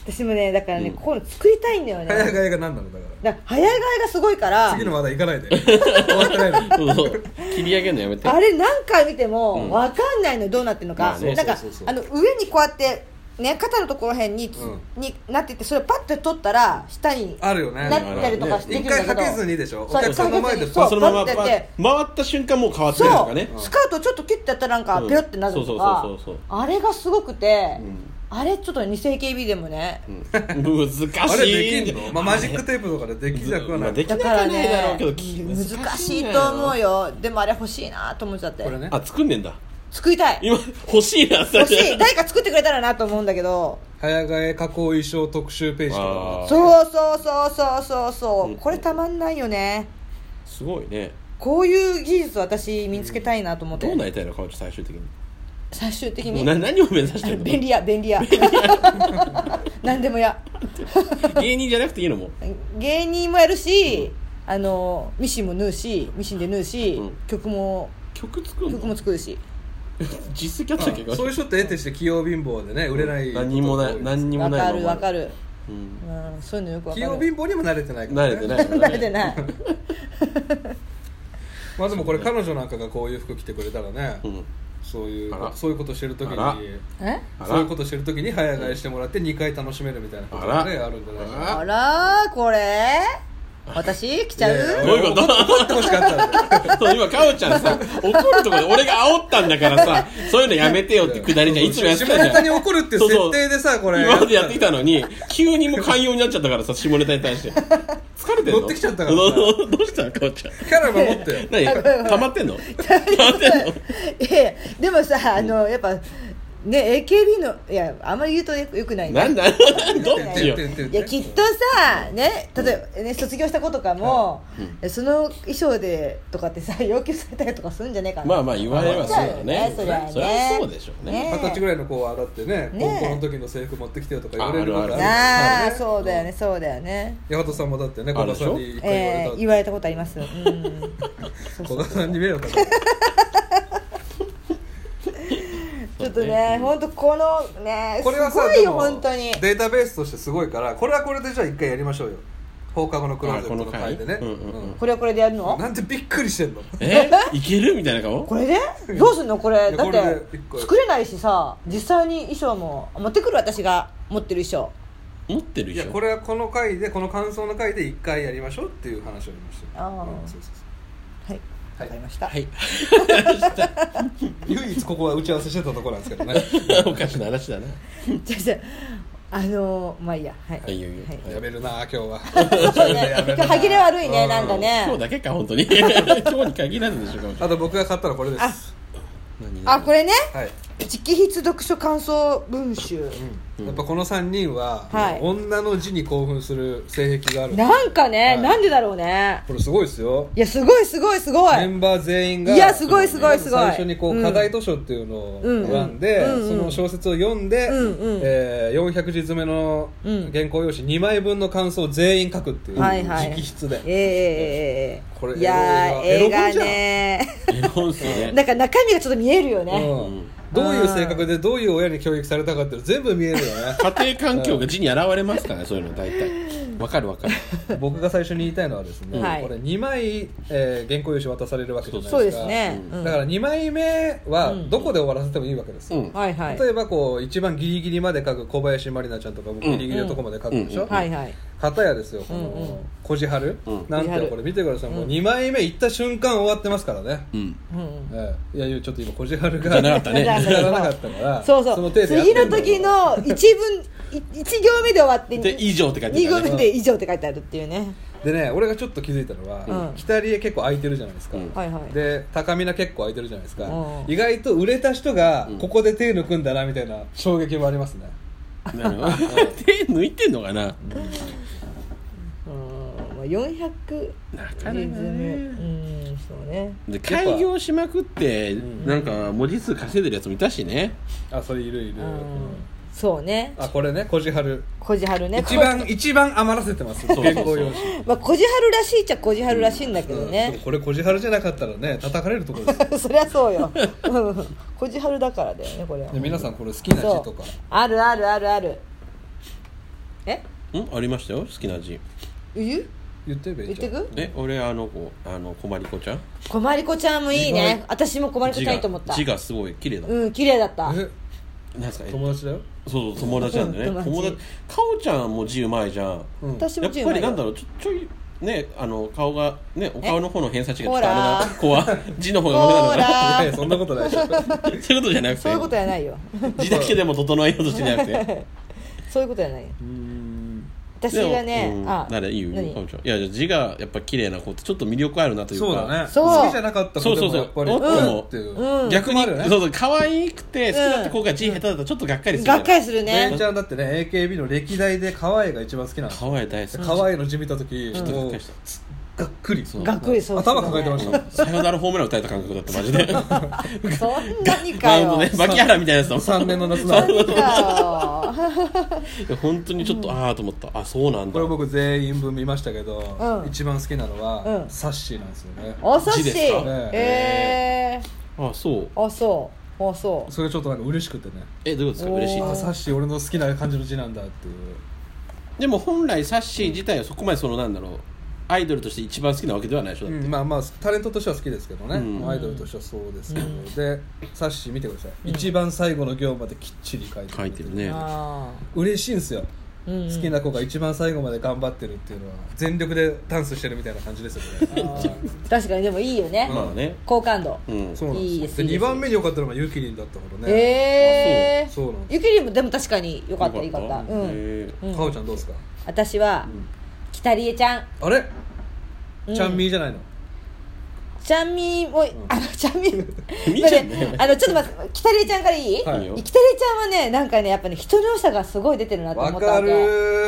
[SPEAKER 1] 私もねだからね、
[SPEAKER 3] うん
[SPEAKER 1] こういうの作りたいんだよね
[SPEAKER 2] 早替えが何なのだか
[SPEAKER 1] だから早替えがすごいから
[SPEAKER 2] ら次の話題行かないで終わってないのに
[SPEAKER 3] そうそう切り上げるのやめて
[SPEAKER 1] あれ何回見て
[SPEAKER 3] う
[SPEAKER 1] も
[SPEAKER 3] ん
[SPEAKER 1] 分かんないのよどうなってるの
[SPEAKER 3] ま
[SPEAKER 1] か、
[SPEAKER 3] あね
[SPEAKER 1] なんか
[SPEAKER 2] そうそうそう
[SPEAKER 1] あの上にこうやってね肩のところへんに,、
[SPEAKER 2] う
[SPEAKER 1] になっててそれをパッて取ったら下に
[SPEAKER 2] あるよね
[SPEAKER 1] なったりとかしてる
[SPEAKER 2] 一
[SPEAKER 1] んだ
[SPEAKER 2] 回
[SPEAKER 1] けど、
[SPEAKER 2] かけずにでしょお
[SPEAKER 1] そう
[SPEAKER 2] 客さんの前で
[SPEAKER 1] そう
[SPEAKER 2] パ
[SPEAKER 3] そのまま
[SPEAKER 1] パッて
[SPEAKER 3] パ
[SPEAKER 1] やって
[SPEAKER 3] 回った瞬間もう変わって
[SPEAKER 1] そ
[SPEAKER 3] る
[SPEAKER 1] う
[SPEAKER 3] とかね
[SPEAKER 1] スカートちょっとキュッてやったらなんか
[SPEAKER 3] うん
[SPEAKER 1] ペロってなるとか、
[SPEAKER 3] そうそうそうそう
[SPEAKER 1] あれがすごくて、
[SPEAKER 3] うん
[SPEAKER 1] あれちょっと偽 AKB でもね、
[SPEAKER 3] うん難
[SPEAKER 2] あ
[SPEAKER 3] し
[SPEAKER 2] れ
[SPEAKER 3] い
[SPEAKER 2] できんの、まあ、マジックテープとかでできなくはな
[SPEAKER 3] まあ
[SPEAKER 2] い
[SPEAKER 3] できな
[SPEAKER 1] だ
[SPEAKER 3] く
[SPEAKER 1] か
[SPEAKER 3] はな
[SPEAKER 1] ら
[SPEAKER 3] いだろ
[SPEAKER 1] ね
[SPEAKER 3] うけど
[SPEAKER 1] 難しいと思うよでもあれ欲しいなと思っちゃって
[SPEAKER 2] これね
[SPEAKER 3] あ作んねんだ
[SPEAKER 1] 作りたい
[SPEAKER 3] 今欲しいな
[SPEAKER 1] 欲しい誰か作ってくれたらなと思うんだけど
[SPEAKER 2] 早替え加工衣装特集ページとかも
[SPEAKER 3] あー
[SPEAKER 1] そうそうそうそうそうそううんこれたまんないよね
[SPEAKER 3] すごいね
[SPEAKER 1] こういう技術を私身につけたいなと思って、
[SPEAKER 3] どうなりたいのかち最終的に
[SPEAKER 1] 最終的
[SPEAKER 3] もう
[SPEAKER 1] に
[SPEAKER 3] な何を目指し
[SPEAKER 1] あ
[SPEAKER 3] て
[SPEAKER 1] の
[SPEAKER 3] るの
[SPEAKER 1] 便利屋便 利屋何でもや
[SPEAKER 3] 芸人じゃなくていいのも
[SPEAKER 1] 芸人もやるし、あのミシンも縫うしミシンで縫うし、
[SPEAKER 3] うん
[SPEAKER 1] 曲も
[SPEAKER 3] 曲作る
[SPEAKER 1] 曲
[SPEAKER 3] の
[SPEAKER 1] も作るし
[SPEAKER 3] 実績あったっけ
[SPEAKER 2] あそういう人って得てして器用貧乏でね売れない
[SPEAKER 3] 何もない
[SPEAKER 2] 器
[SPEAKER 3] 何にも
[SPEAKER 1] わ
[SPEAKER 3] ない
[SPEAKER 1] かるわか
[SPEAKER 3] る
[SPEAKER 1] る、うん、そういうのよくわかる
[SPEAKER 2] 用貧乏にも慣れてないから、
[SPEAKER 3] 慣
[SPEAKER 2] ね、
[SPEAKER 3] れてないから
[SPEAKER 1] 慣
[SPEAKER 3] ね
[SPEAKER 1] れてない
[SPEAKER 2] まあでもこれ彼女なんかがこういう服着てくれたらね、
[SPEAKER 3] うん
[SPEAKER 2] そういう
[SPEAKER 3] あら
[SPEAKER 2] そういうことしてる時
[SPEAKER 3] あら
[SPEAKER 2] に
[SPEAKER 1] え
[SPEAKER 3] あら
[SPEAKER 2] そういうことしてる時に早替えしてもらって2回楽しめるみたいなことがね
[SPEAKER 3] あら
[SPEAKER 2] あるんじゃないかな
[SPEAKER 1] あらーこれ私来ちゃう、
[SPEAKER 2] いや
[SPEAKER 3] どういうこと
[SPEAKER 2] 俺怒ってほしかったんだよ
[SPEAKER 3] そう今かおちゃんさ怒るとこで俺が煽ったんだからさ そういうのやめてよってくだりじゃんいつもやってたじ
[SPEAKER 2] 下ネタ
[SPEAKER 3] ゃん
[SPEAKER 2] に怒るっていう設定でさこれ
[SPEAKER 3] 今までやってきたのに急にもう寛容になっちゃったからさ下ネタに対して疲れてんの
[SPEAKER 2] 乗ってきちゃったからさ
[SPEAKER 3] どうどうしたのかおちゃん
[SPEAKER 2] キャラ守ってよ
[SPEAKER 3] 何溜まってんの溜まってんの
[SPEAKER 1] いやいやでもさあのやっぱね AKB のいやあんまり言うとよくよくないね
[SPEAKER 3] なんだ どっちよ
[SPEAKER 2] 言って言って言っ
[SPEAKER 1] い
[SPEAKER 2] て
[SPEAKER 1] やきっとさね例えば、ね、卒業した子とかも、その衣装でとかってさ 要求されたりとかするんじゃねえかな
[SPEAKER 3] まあまあ言われはそうだね
[SPEAKER 1] そうだよね
[SPEAKER 3] そりゃそうでしょうね
[SPEAKER 1] ね
[SPEAKER 2] 二十歳ぐらいの子はだってね
[SPEAKER 1] ね
[SPEAKER 2] 高校の時の制服持ってきてよとか言われることある
[SPEAKER 3] ある
[SPEAKER 1] ああ
[SPEAKER 2] ね
[SPEAKER 1] そうだよねそうだよね、
[SPEAKER 2] 八幡さんもだってね古賀さんに一回言われ
[SPEAKER 1] え
[SPEAKER 2] た
[SPEAKER 1] ー、
[SPEAKER 2] って
[SPEAKER 1] 言われたことあり ます、うん、そうそ
[SPEAKER 2] 古
[SPEAKER 1] う
[SPEAKER 2] 賀さんに迷惑かけた
[SPEAKER 1] ちょっとね本当このね
[SPEAKER 2] これは
[SPEAKER 1] す
[SPEAKER 2] さ
[SPEAKER 1] ごい
[SPEAKER 2] で
[SPEAKER 1] よ
[SPEAKER 2] も
[SPEAKER 1] 本当に
[SPEAKER 2] データベースとしてすごいからこれはこれでじゃあ一回やりましょうよ放課後のクローゼットの
[SPEAKER 3] あこの回
[SPEAKER 2] 回でね
[SPEAKER 3] うんうんうん
[SPEAKER 1] これはこれでやる
[SPEAKER 2] うん
[SPEAKER 1] の
[SPEAKER 2] なんてびっくりしてんの
[SPEAKER 3] えいけるみたいな顔
[SPEAKER 1] これでどうすんのこ
[SPEAKER 2] い
[SPEAKER 1] れ
[SPEAKER 2] や
[SPEAKER 1] だっ
[SPEAKER 2] これで
[SPEAKER 1] て
[SPEAKER 2] 一個
[SPEAKER 1] 作れないしさ実際に衣装も持ってくる私が持ってる衣装
[SPEAKER 3] 持ってる
[SPEAKER 2] い
[SPEAKER 3] で
[SPEAKER 2] や
[SPEAKER 3] しょ
[SPEAKER 2] これはこの回でこの感想の回で一回やりましょうっていう話をありましたよ
[SPEAKER 1] あー
[SPEAKER 2] うんそうそうそ
[SPEAKER 1] はいわかりました、
[SPEAKER 3] はい
[SPEAKER 2] う唯一ここは打ち合わせしてたところなんですけどね
[SPEAKER 3] おかしな話だな
[SPEAKER 1] じゃあじゃああのーまあいいやはい、
[SPEAKER 3] はいいいよいいよ
[SPEAKER 1] は
[SPEAKER 2] やめるな今日は
[SPEAKER 1] そうね
[SPEAKER 2] やめるな
[SPEAKER 1] 歯切れ悪いね
[SPEAKER 2] う
[SPEAKER 1] なんかね
[SPEAKER 3] 今日だけか本 当に今日に限らずでしょかもしれ
[SPEAKER 2] あと僕が買ったのはこれです
[SPEAKER 3] ない
[SPEAKER 1] あこれね
[SPEAKER 2] はい
[SPEAKER 1] 直筆読書感想文集
[SPEAKER 2] やっぱこの3人は、
[SPEAKER 1] はい
[SPEAKER 2] 女の字に興奮する性癖がある
[SPEAKER 1] なんかね、
[SPEAKER 2] はい
[SPEAKER 1] なんでだろうね
[SPEAKER 2] これすごいですよ
[SPEAKER 1] いやすごいすごいすご
[SPEAKER 2] メ
[SPEAKER 1] い
[SPEAKER 2] ンバー全員が
[SPEAKER 1] いやすごいすごいすごい
[SPEAKER 2] 最初にこう、
[SPEAKER 1] うん
[SPEAKER 2] 課題図書っていうのを
[SPEAKER 1] うん
[SPEAKER 2] 選んで、
[SPEAKER 1] うんうん
[SPEAKER 2] その小説を読んで、
[SPEAKER 1] うんうん
[SPEAKER 2] えー400字詰めの
[SPEAKER 1] うん
[SPEAKER 2] 原稿用紙2枚分の感想を全員書くっていう、
[SPEAKER 1] はいはい
[SPEAKER 2] 直筆
[SPEAKER 1] ええ、
[SPEAKER 2] で
[SPEAKER 1] ええええ
[SPEAKER 2] これ
[SPEAKER 1] いやー
[SPEAKER 2] エロ
[SPEAKER 1] 映
[SPEAKER 2] いわ
[SPEAKER 1] 画
[SPEAKER 2] エロ本じゃん
[SPEAKER 1] ね
[SPEAKER 3] 絵本っすよ ね
[SPEAKER 1] なんか中身がちょっと見えるよ
[SPEAKER 2] う
[SPEAKER 1] ね、
[SPEAKER 2] んどういう性格でどういう親に教育されたかっていうの全部見えるよ ね
[SPEAKER 3] 家庭環境が字に現れますからねそういうの大体わかるわかる
[SPEAKER 2] 僕が最初に言いたいのはですね、
[SPEAKER 1] はい
[SPEAKER 2] これ2枚、えー原稿用紙渡されるわけじゃないですか
[SPEAKER 1] そうですね、うん
[SPEAKER 2] だから2枚目は
[SPEAKER 1] うん
[SPEAKER 2] どこで終わらせてもいいわけですよ、
[SPEAKER 3] うん
[SPEAKER 1] はいはい
[SPEAKER 2] 例えばこう一番ギリギリまで書く小林まりなちゃんとか僕ギリギリのとこまで書くでしょ、
[SPEAKER 3] うん
[SPEAKER 1] はいはい
[SPEAKER 2] 片やですよこ
[SPEAKER 1] うんうん
[SPEAKER 2] のこじはる
[SPEAKER 3] うん
[SPEAKER 2] な
[SPEAKER 1] こ
[SPEAKER 2] ん
[SPEAKER 1] じは
[SPEAKER 2] て
[SPEAKER 1] る
[SPEAKER 2] これ見てくださいもううん2枚目行った瞬間終わってますからね
[SPEAKER 3] うん
[SPEAKER 1] うん
[SPEAKER 2] ええいやいやちょっと今こじはるが
[SPEAKER 3] じゃなかったね
[SPEAKER 2] じゃなかったから
[SPEAKER 1] そうそう
[SPEAKER 2] の手でやって
[SPEAKER 1] 次
[SPEAKER 2] ん
[SPEAKER 1] の
[SPEAKER 2] だけ
[SPEAKER 1] 時の
[SPEAKER 2] ど
[SPEAKER 1] 一文い一行目で終わって
[SPEAKER 3] で以上って書いて
[SPEAKER 1] 2
[SPEAKER 3] あ
[SPEAKER 1] 行
[SPEAKER 3] るね
[SPEAKER 1] 目で以上って書いてあるっていうね
[SPEAKER 2] でね俺がちょっと気づいたのは
[SPEAKER 1] うん
[SPEAKER 2] 北リエ結構空いてるじゃないですか
[SPEAKER 3] うん
[SPEAKER 1] はいはい
[SPEAKER 2] で高見な結構空いてるじゃないですか
[SPEAKER 1] うん
[SPEAKER 2] 意外と売れた人が
[SPEAKER 3] うん
[SPEAKER 2] ここで手抜くんだなみたいな衝撃もありますね
[SPEAKER 3] なるほど手抜いてんのかな
[SPEAKER 1] うんまあ400
[SPEAKER 3] なか
[SPEAKER 1] リズ
[SPEAKER 3] なか
[SPEAKER 1] ム
[SPEAKER 3] ね
[SPEAKER 1] うんそうね
[SPEAKER 3] で開業しまくって
[SPEAKER 2] ん
[SPEAKER 3] なんか文字数稼いでるやつもいたしね
[SPEAKER 2] あそれいるいる
[SPEAKER 1] うんそうね
[SPEAKER 2] あこれねこじはる
[SPEAKER 1] こじはるね
[SPEAKER 2] 一番一番余らせてます
[SPEAKER 3] そうそう
[SPEAKER 2] 原稿用紙
[SPEAKER 1] まあこじはるらしいっちゃこじはるらしいんだけど
[SPEAKER 2] うんで
[SPEAKER 1] ね
[SPEAKER 2] もこれこじはるじゃなかったらね叩かれるところです
[SPEAKER 1] そりゃそうよ うんこじはるだからだよねこれは
[SPEAKER 2] で皆さんこれ好きな字
[SPEAKER 1] そう
[SPEAKER 2] とか
[SPEAKER 1] あるあるあるあるえ
[SPEAKER 3] うんありましたよ好きな字
[SPEAKER 1] 言う
[SPEAKER 2] 言ってべ
[SPEAKER 1] 言ってく
[SPEAKER 3] え俺あの子あのこまりこちゃん
[SPEAKER 1] こまりこちゃんもいい
[SPEAKER 2] 意
[SPEAKER 1] ね私もこまりこ
[SPEAKER 3] 字
[SPEAKER 1] ちゃん
[SPEAKER 3] が
[SPEAKER 1] いいと思った
[SPEAKER 3] 字がすごい綺麗だった
[SPEAKER 1] うん綺麗だった
[SPEAKER 2] え
[SPEAKER 3] なんすかえ
[SPEAKER 2] 友達だよ
[SPEAKER 3] そうそう友達なんだよね
[SPEAKER 1] 友
[SPEAKER 3] 友
[SPEAKER 1] 達
[SPEAKER 3] 達かおちゃんも字うまいじゃん
[SPEAKER 2] うん
[SPEAKER 1] 私
[SPEAKER 3] や
[SPEAKER 1] も
[SPEAKER 3] っ
[SPEAKER 1] 10
[SPEAKER 3] ぱりなんだ
[SPEAKER 1] ろ
[SPEAKER 3] ろうちょちょいねあの顔がねお顔の方の偏差値がちょ
[SPEAKER 1] ほ
[SPEAKER 3] っと
[SPEAKER 1] ら
[SPEAKER 3] あれな子は 字の方
[SPEAKER 1] う
[SPEAKER 3] が上なの
[SPEAKER 1] ほ
[SPEAKER 3] かな
[SPEAKER 2] あ
[SPEAKER 1] ら
[SPEAKER 2] そんなこ とないでしょ
[SPEAKER 3] そういうことじゃなく
[SPEAKER 1] そういうこと
[SPEAKER 3] て
[SPEAKER 1] やないよ
[SPEAKER 3] 字だけでも整えようとしてなくて
[SPEAKER 1] そういうことやないよ
[SPEAKER 2] うん
[SPEAKER 1] 私がね
[SPEAKER 3] でもうん
[SPEAKER 1] あ
[SPEAKER 3] 誰いいよ
[SPEAKER 1] 何
[SPEAKER 3] かおちゃんいやじゃあ字がやっぱ綺麗な子ってちょっと魅力あるなというか
[SPEAKER 2] そうだね
[SPEAKER 1] そう
[SPEAKER 2] 好きじゃなかった子で
[SPEAKER 3] そう
[SPEAKER 2] も
[SPEAKER 3] そう
[SPEAKER 2] やっぱり
[SPEAKER 3] そう
[SPEAKER 2] うんっていう
[SPEAKER 1] うんうん
[SPEAKER 3] 逆に、
[SPEAKER 2] 困るよ
[SPEAKER 3] そ
[SPEAKER 2] ね
[SPEAKER 3] うそう可愛くて好きだった子が字下手だったらちょっとがっかりするじゃん
[SPEAKER 1] がっかりする
[SPEAKER 2] めい
[SPEAKER 1] ね
[SPEAKER 2] ちゃんだってね AKB の歴代で可愛いが一番好きなの
[SPEAKER 3] 可愛い大好き
[SPEAKER 2] 可愛いの字見た時
[SPEAKER 3] ちょっとがっ
[SPEAKER 2] もう
[SPEAKER 3] かりした
[SPEAKER 2] がっくり
[SPEAKER 3] そう
[SPEAKER 1] がっくりそう
[SPEAKER 2] 頭抱えてました
[SPEAKER 3] うんサヨナラホームラン打たれた感覚だったマジで
[SPEAKER 1] たそんなにか
[SPEAKER 3] バウン
[SPEAKER 1] よ
[SPEAKER 3] ドね牧原みたいなやつだもん
[SPEAKER 2] 3年の夏
[SPEAKER 1] そ
[SPEAKER 2] なん
[SPEAKER 1] なにかよ
[SPEAKER 3] いや本当にちょっと、ああと思ったあそうなん
[SPEAKER 2] こ
[SPEAKER 3] だ
[SPEAKER 2] れ僕全員分見ましたけど、
[SPEAKER 1] うん
[SPEAKER 2] 一番好きなのは、
[SPEAKER 1] うん
[SPEAKER 2] サッシーなんですよね
[SPEAKER 1] お寿司
[SPEAKER 3] 字ですか
[SPEAKER 2] ね
[SPEAKER 1] ええ
[SPEAKER 3] あそう
[SPEAKER 1] あそうあそう
[SPEAKER 2] それちょっとなんか嬉しくてね
[SPEAKER 3] えどういうことですか
[SPEAKER 1] おー
[SPEAKER 3] 嬉しい
[SPEAKER 2] あ
[SPEAKER 3] で
[SPEAKER 2] ー
[SPEAKER 3] す
[SPEAKER 2] サッシー俺の好きな感じの字なんだっていう
[SPEAKER 3] でも本来サッシー自体はそこまでそのなんだろうアイドルとして一番好きなわけではないでしょだって、
[SPEAKER 2] うんまあまあタレントとしては好きですけどね、
[SPEAKER 3] うん
[SPEAKER 2] アイドルとしてはそうですけど、でサッシー見てください、一番最後の行まできっちり書いて
[SPEAKER 3] 書いてるね
[SPEAKER 1] あ
[SPEAKER 2] 嬉しいんですよ、
[SPEAKER 1] ーうん
[SPEAKER 2] 好きな子が一番最後まで頑張ってるっていうのは全力でダンスしてるみたいな感じですよね
[SPEAKER 1] 確かにでもいいよね
[SPEAKER 3] まあね
[SPEAKER 1] 好感度
[SPEAKER 3] うん
[SPEAKER 2] そうなんですよ
[SPEAKER 1] いいですいいです
[SPEAKER 2] 2番目に良かったのがユキリンだったから
[SPEAKER 1] え
[SPEAKER 2] ね、
[SPEAKER 1] え
[SPEAKER 2] あそうそうなんです
[SPEAKER 1] ゆきりんもでも確かによかったよかった
[SPEAKER 3] へ
[SPEAKER 1] うん
[SPEAKER 3] え
[SPEAKER 1] うん
[SPEAKER 2] かおちゃんどうですか
[SPEAKER 1] 私は北里恵ちゃん
[SPEAKER 2] あれ、
[SPEAKER 1] うん
[SPEAKER 2] ちゃんみーじゃないの
[SPEAKER 1] ちゃんみーもあのちゃんみー
[SPEAKER 3] みーじゃねえ
[SPEAKER 1] ごめんあのちょっと待って北里恵ちゃんからいい
[SPEAKER 2] はい
[SPEAKER 3] いよ
[SPEAKER 1] 北里恵ちゃんはねなんかねやっぱね人の良さがすごい出てるなと思
[SPEAKER 2] わ
[SPEAKER 1] ったわ
[SPEAKER 2] か
[SPEAKER 1] け
[SPEAKER 2] る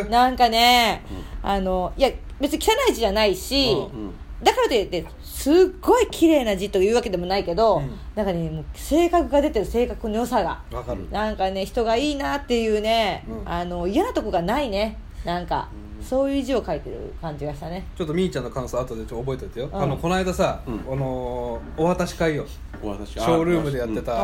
[SPEAKER 2] ー
[SPEAKER 1] なんかね、あのいや別に汚い字じゃないし、
[SPEAKER 2] うん
[SPEAKER 1] だからといってすっごい綺麗な字というわけでもないけど、
[SPEAKER 2] うん
[SPEAKER 1] なんかねもう性格が出てる性格の良さが
[SPEAKER 2] わかる
[SPEAKER 1] なんかね人がいいなっていうね、
[SPEAKER 2] うん
[SPEAKER 1] あの嫌なとこがないねなんか、そういう字を書いてる感じがしたね
[SPEAKER 2] ちょっとみーちゃんの感想後でちょっと覚えておいてよ、
[SPEAKER 1] うん
[SPEAKER 2] あのこの間さ、
[SPEAKER 3] うん
[SPEAKER 2] あのーお渡し会をシ
[SPEAKER 3] お私あ
[SPEAKER 2] ョールームでやってた
[SPEAKER 1] う
[SPEAKER 2] 「
[SPEAKER 1] んうん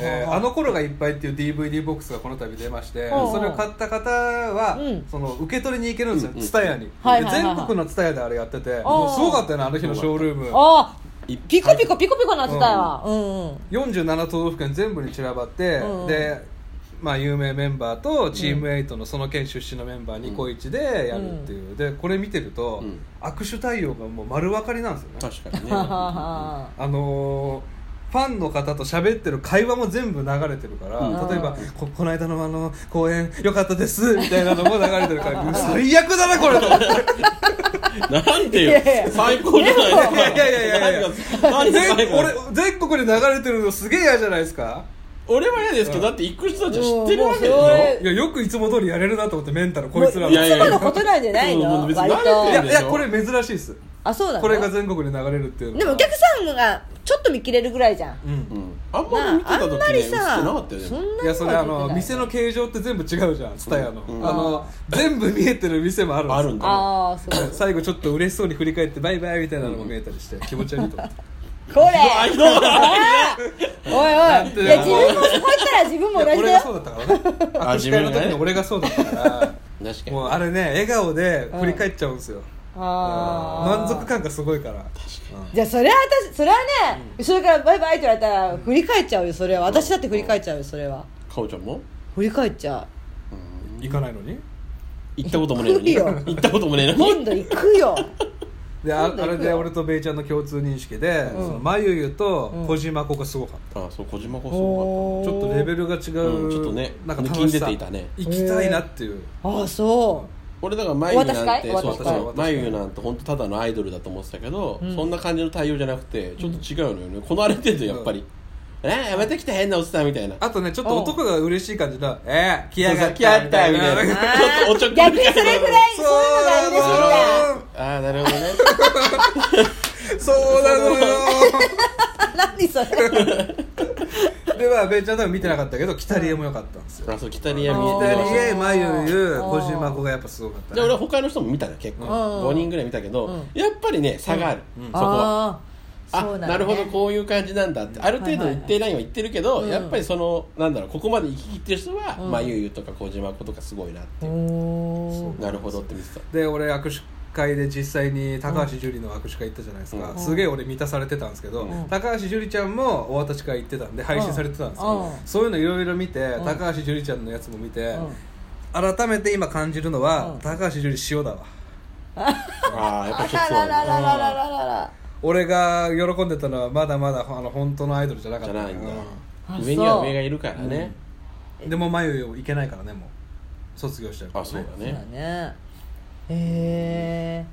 [SPEAKER 2] え
[SPEAKER 1] う
[SPEAKER 2] ー
[SPEAKER 1] ん
[SPEAKER 2] あの頃がいっぱい」っていう DVD ボックスがこの度出まして、
[SPEAKER 1] うん
[SPEAKER 2] それを買った方は、
[SPEAKER 1] うん
[SPEAKER 2] その受け取りに行けるんですよ
[SPEAKER 3] うん
[SPEAKER 2] TSUTAYA、に、
[SPEAKER 1] はい
[SPEAKER 2] で
[SPEAKER 1] はいはいはい
[SPEAKER 2] 全国の TSUTAYA であれやってて、もうすごかったよねあの日のショールーム
[SPEAKER 1] あ
[SPEAKER 3] い
[SPEAKER 1] ピコピコピコピコなってたよ、うんうん
[SPEAKER 2] 47都道府県全部に散らばって、
[SPEAKER 1] うんうん
[SPEAKER 2] でまあ有名メンバーとチームエイトのその県出身のメンバーにこ一でやるっていう、でこれ見てると、
[SPEAKER 3] うん
[SPEAKER 2] 握手対応がもう丸分かりなんですよね
[SPEAKER 3] 確かにね
[SPEAKER 2] あのーファンの方と喋ってる会話も全部流れてるから、
[SPEAKER 1] うん
[SPEAKER 2] 例えばこ「この間のあの公演良かったで す」みたいなのも流れてるから最悪だなこれと思って
[SPEAKER 3] なんで
[SPEAKER 1] いやい
[SPEAKER 3] よ
[SPEAKER 1] や
[SPEAKER 3] 最高じゃないですか
[SPEAKER 2] いやいやいやいや
[SPEAKER 3] 何が何
[SPEAKER 2] 全
[SPEAKER 3] が
[SPEAKER 2] 俺全国に流れてるのすげえ嫌じゃないですか
[SPEAKER 3] 俺は嫌ですけどだって行く人たちは知ってるわけでし
[SPEAKER 1] もうもうそ
[SPEAKER 3] ょ
[SPEAKER 1] れ
[SPEAKER 2] いやよくいつも通りやれるなと思ってメンタルこいつら
[SPEAKER 1] もう
[SPEAKER 2] の
[SPEAKER 3] いやいやいや
[SPEAKER 1] つものことなんじゃない
[SPEAKER 3] うんも
[SPEAKER 1] の
[SPEAKER 3] う別に
[SPEAKER 1] 割
[SPEAKER 3] 慣れ
[SPEAKER 2] いや
[SPEAKER 3] て
[SPEAKER 1] と
[SPEAKER 3] る
[SPEAKER 2] いやこれ珍しいです
[SPEAKER 1] あそうなの
[SPEAKER 2] これが全国に流れるっていうの
[SPEAKER 1] でもお客さんがちょっと見切れるぐらいじゃん
[SPEAKER 2] うん
[SPEAKER 3] うんあんまり見て
[SPEAKER 1] なあ
[SPEAKER 3] た
[SPEAKER 1] あ
[SPEAKER 3] 時
[SPEAKER 1] ん
[SPEAKER 3] ね
[SPEAKER 1] まり
[SPEAKER 3] 映ってな
[SPEAKER 1] さ
[SPEAKER 3] かったよ
[SPEAKER 1] そ
[SPEAKER 3] ね
[SPEAKER 1] んない
[SPEAKER 2] やそれあの店
[SPEAKER 1] の
[SPEAKER 2] の形状って全部違うじゃん蔦屋の、
[SPEAKER 3] うん
[SPEAKER 2] あの全部見えてる店もあるんですよ
[SPEAKER 3] あるんだ
[SPEAKER 1] ああすごい
[SPEAKER 2] 最後ちょっと嬉しそうに振り返ってバイバイみたいなのも見えたりして気持ち悪いと思って
[SPEAKER 1] これ
[SPEAKER 3] あひどい
[SPEAKER 1] あー おいおいいや自分もそう言ったら自分も同じ
[SPEAKER 2] 俺
[SPEAKER 1] だ
[SPEAKER 2] がそ
[SPEAKER 1] よ
[SPEAKER 2] うだったから
[SPEAKER 3] あ
[SPEAKER 2] ね握手会の
[SPEAKER 3] 自分が
[SPEAKER 2] 時
[SPEAKER 3] ね
[SPEAKER 2] に俺がそうだったから
[SPEAKER 3] 確かに
[SPEAKER 2] もうあれね笑顔で振り返っちゃうんですよ、
[SPEAKER 1] あ
[SPEAKER 2] 満
[SPEAKER 1] ー
[SPEAKER 2] 足感がすごいから
[SPEAKER 1] じゃあそれは私それはね後ろからバイバイって言われたら振り返っちゃうよそれは私だって振り返っちゃうよそれは
[SPEAKER 3] かおちゃんも
[SPEAKER 1] 振り返っちゃ
[SPEAKER 2] 行かないのに
[SPEAKER 1] う
[SPEAKER 3] 行ったこともねえのに
[SPEAKER 1] 行くよ
[SPEAKER 3] 行ったこともねえの
[SPEAKER 1] 今
[SPEAKER 3] に
[SPEAKER 1] 度行くよ
[SPEAKER 2] であ
[SPEAKER 1] 今度行く
[SPEAKER 2] あ
[SPEAKER 1] よ
[SPEAKER 2] れで俺とベイちゃんの共通認識で、
[SPEAKER 1] うん
[SPEAKER 2] そのまゆゆと
[SPEAKER 1] うん
[SPEAKER 2] 小島ここすごかった、
[SPEAKER 3] あそう小島こそ
[SPEAKER 1] おー
[SPEAKER 2] ちょっとレベルが違う、
[SPEAKER 3] うんちょっとね
[SPEAKER 2] なんか
[SPEAKER 3] 抜
[SPEAKER 2] 楽
[SPEAKER 3] きん
[SPEAKER 2] し
[SPEAKER 3] 出
[SPEAKER 2] さ
[SPEAKER 3] ていたね
[SPEAKER 2] 行きたいなっていう
[SPEAKER 1] ああそ
[SPEAKER 3] 俺だから眉毛なんて
[SPEAKER 1] お渡し会
[SPEAKER 3] そう
[SPEAKER 1] お渡し会
[SPEAKER 3] そう眉毛なんて本当ただのアイドルだと思ってたけど、
[SPEAKER 1] うん
[SPEAKER 3] そんな感じの対応じゃなくてちょっと違うのよねこなれてるとやっぱり、えーやめてきた変なおっさんみたいな
[SPEAKER 2] あとねちょっと男が嬉しい感じだえー、来や
[SPEAKER 3] そう
[SPEAKER 2] が
[SPEAKER 3] そ
[SPEAKER 2] った
[SPEAKER 3] う来やがったみたいな
[SPEAKER 1] うあ
[SPEAKER 3] ちょっとおちょ
[SPEAKER 1] ー
[SPEAKER 3] くり
[SPEAKER 1] 逆にそれぐらいそういうのが嬉しいんだ
[SPEAKER 3] ああなるほどね
[SPEAKER 2] そうなの よ
[SPEAKER 1] 何それ
[SPEAKER 2] ではベイちゃん多分見てなかったけど「来たりえ」も良かったんですよ
[SPEAKER 3] あそう北にや見
[SPEAKER 1] あー
[SPEAKER 2] 「来た
[SPEAKER 3] え
[SPEAKER 2] り
[SPEAKER 3] ました
[SPEAKER 2] え」
[SPEAKER 1] ー
[SPEAKER 2] まゆゆ
[SPEAKER 1] あー
[SPEAKER 2] 小島ここがやっぱすごかった、
[SPEAKER 3] で俺は
[SPEAKER 2] ね、
[SPEAKER 3] 他の人も見たね結構、
[SPEAKER 1] うん
[SPEAKER 3] 5人ぐらい見たけど、
[SPEAKER 1] うん
[SPEAKER 3] やっぱりね差がある、
[SPEAKER 2] うん
[SPEAKER 3] そこは
[SPEAKER 1] ああ
[SPEAKER 3] あ
[SPEAKER 1] そう
[SPEAKER 3] な
[SPEAKER 1] だね
[SPEAKER 3] るほどこういう感じなんだってある程度一定ラインは言ってるけど、
[SPEAKER 1] はいはいはい
[SPEAKER 3] やっぱりそのなんだろうここまで行き切ってる人は、
[SPEAKER 1] うん
[SPEAKER 3] まあゆうゆうとか小島子とかすごいなっていう、
[SPEAKER 1] おー
[SPEAKER 3] なるほどって見てた
[SPEAKER 2] で俺握手会で実際に高橋樹里の握手会行ったじゃないですか、
[SPEAKER 3] うん
[SPEAKER 2] すげえ俺満たされてたんですけど、
[SPEAKER 1] うん
[SPEAKER 2] 高橋樹里ちゃんもお渡し会行ってたんで配信されてたんですけど、
[SPEAKER 1] うん
[SPEAKER 2] そういうのいろいろ見て、
[SPEAKER 1] ん
[SPEAKER 2] 高橋樹里ちゃんのやつも見て、
[SPEAKER 1] うん
[SPEAKER 2] 改めて今感じるのは、
[SPEAKER 1] うん
[SPEAKER 2] 高橋樹里塩だわ
[SPEAKER 3] ああやっぱりちょっ
[SPEAKER 1] あ
[SPEAKER 3] とそ
[SPEAKER 1] ら
[SPEAKER 3] う
[SPEAKER 1] らら
[SPEAKER 3] だね
[SPEAKER 1] ららららら
[SPEAKER 2] 俺が喜んでたのはまだまだあの本当のアイドルじゃなかっ
[SPEAKER 3] じ
[SPEAKER 2] た
[SPEAKER 3] ゃないんだ、
[SPEAKER 1] あ
[SPEAKER 3] 上には
[SPEAKER 1] そう
[SPEAKER 3] 上がいるからね、
[SPEAKER 2] うんでもまゆゆ行けないからねもう卒業しちゃうから、
[SPEAKER 3] あそうだ
[SPEAKER 1] そうだ
[SPEAKER 3] ね
[SPEAKER 1] ねへえ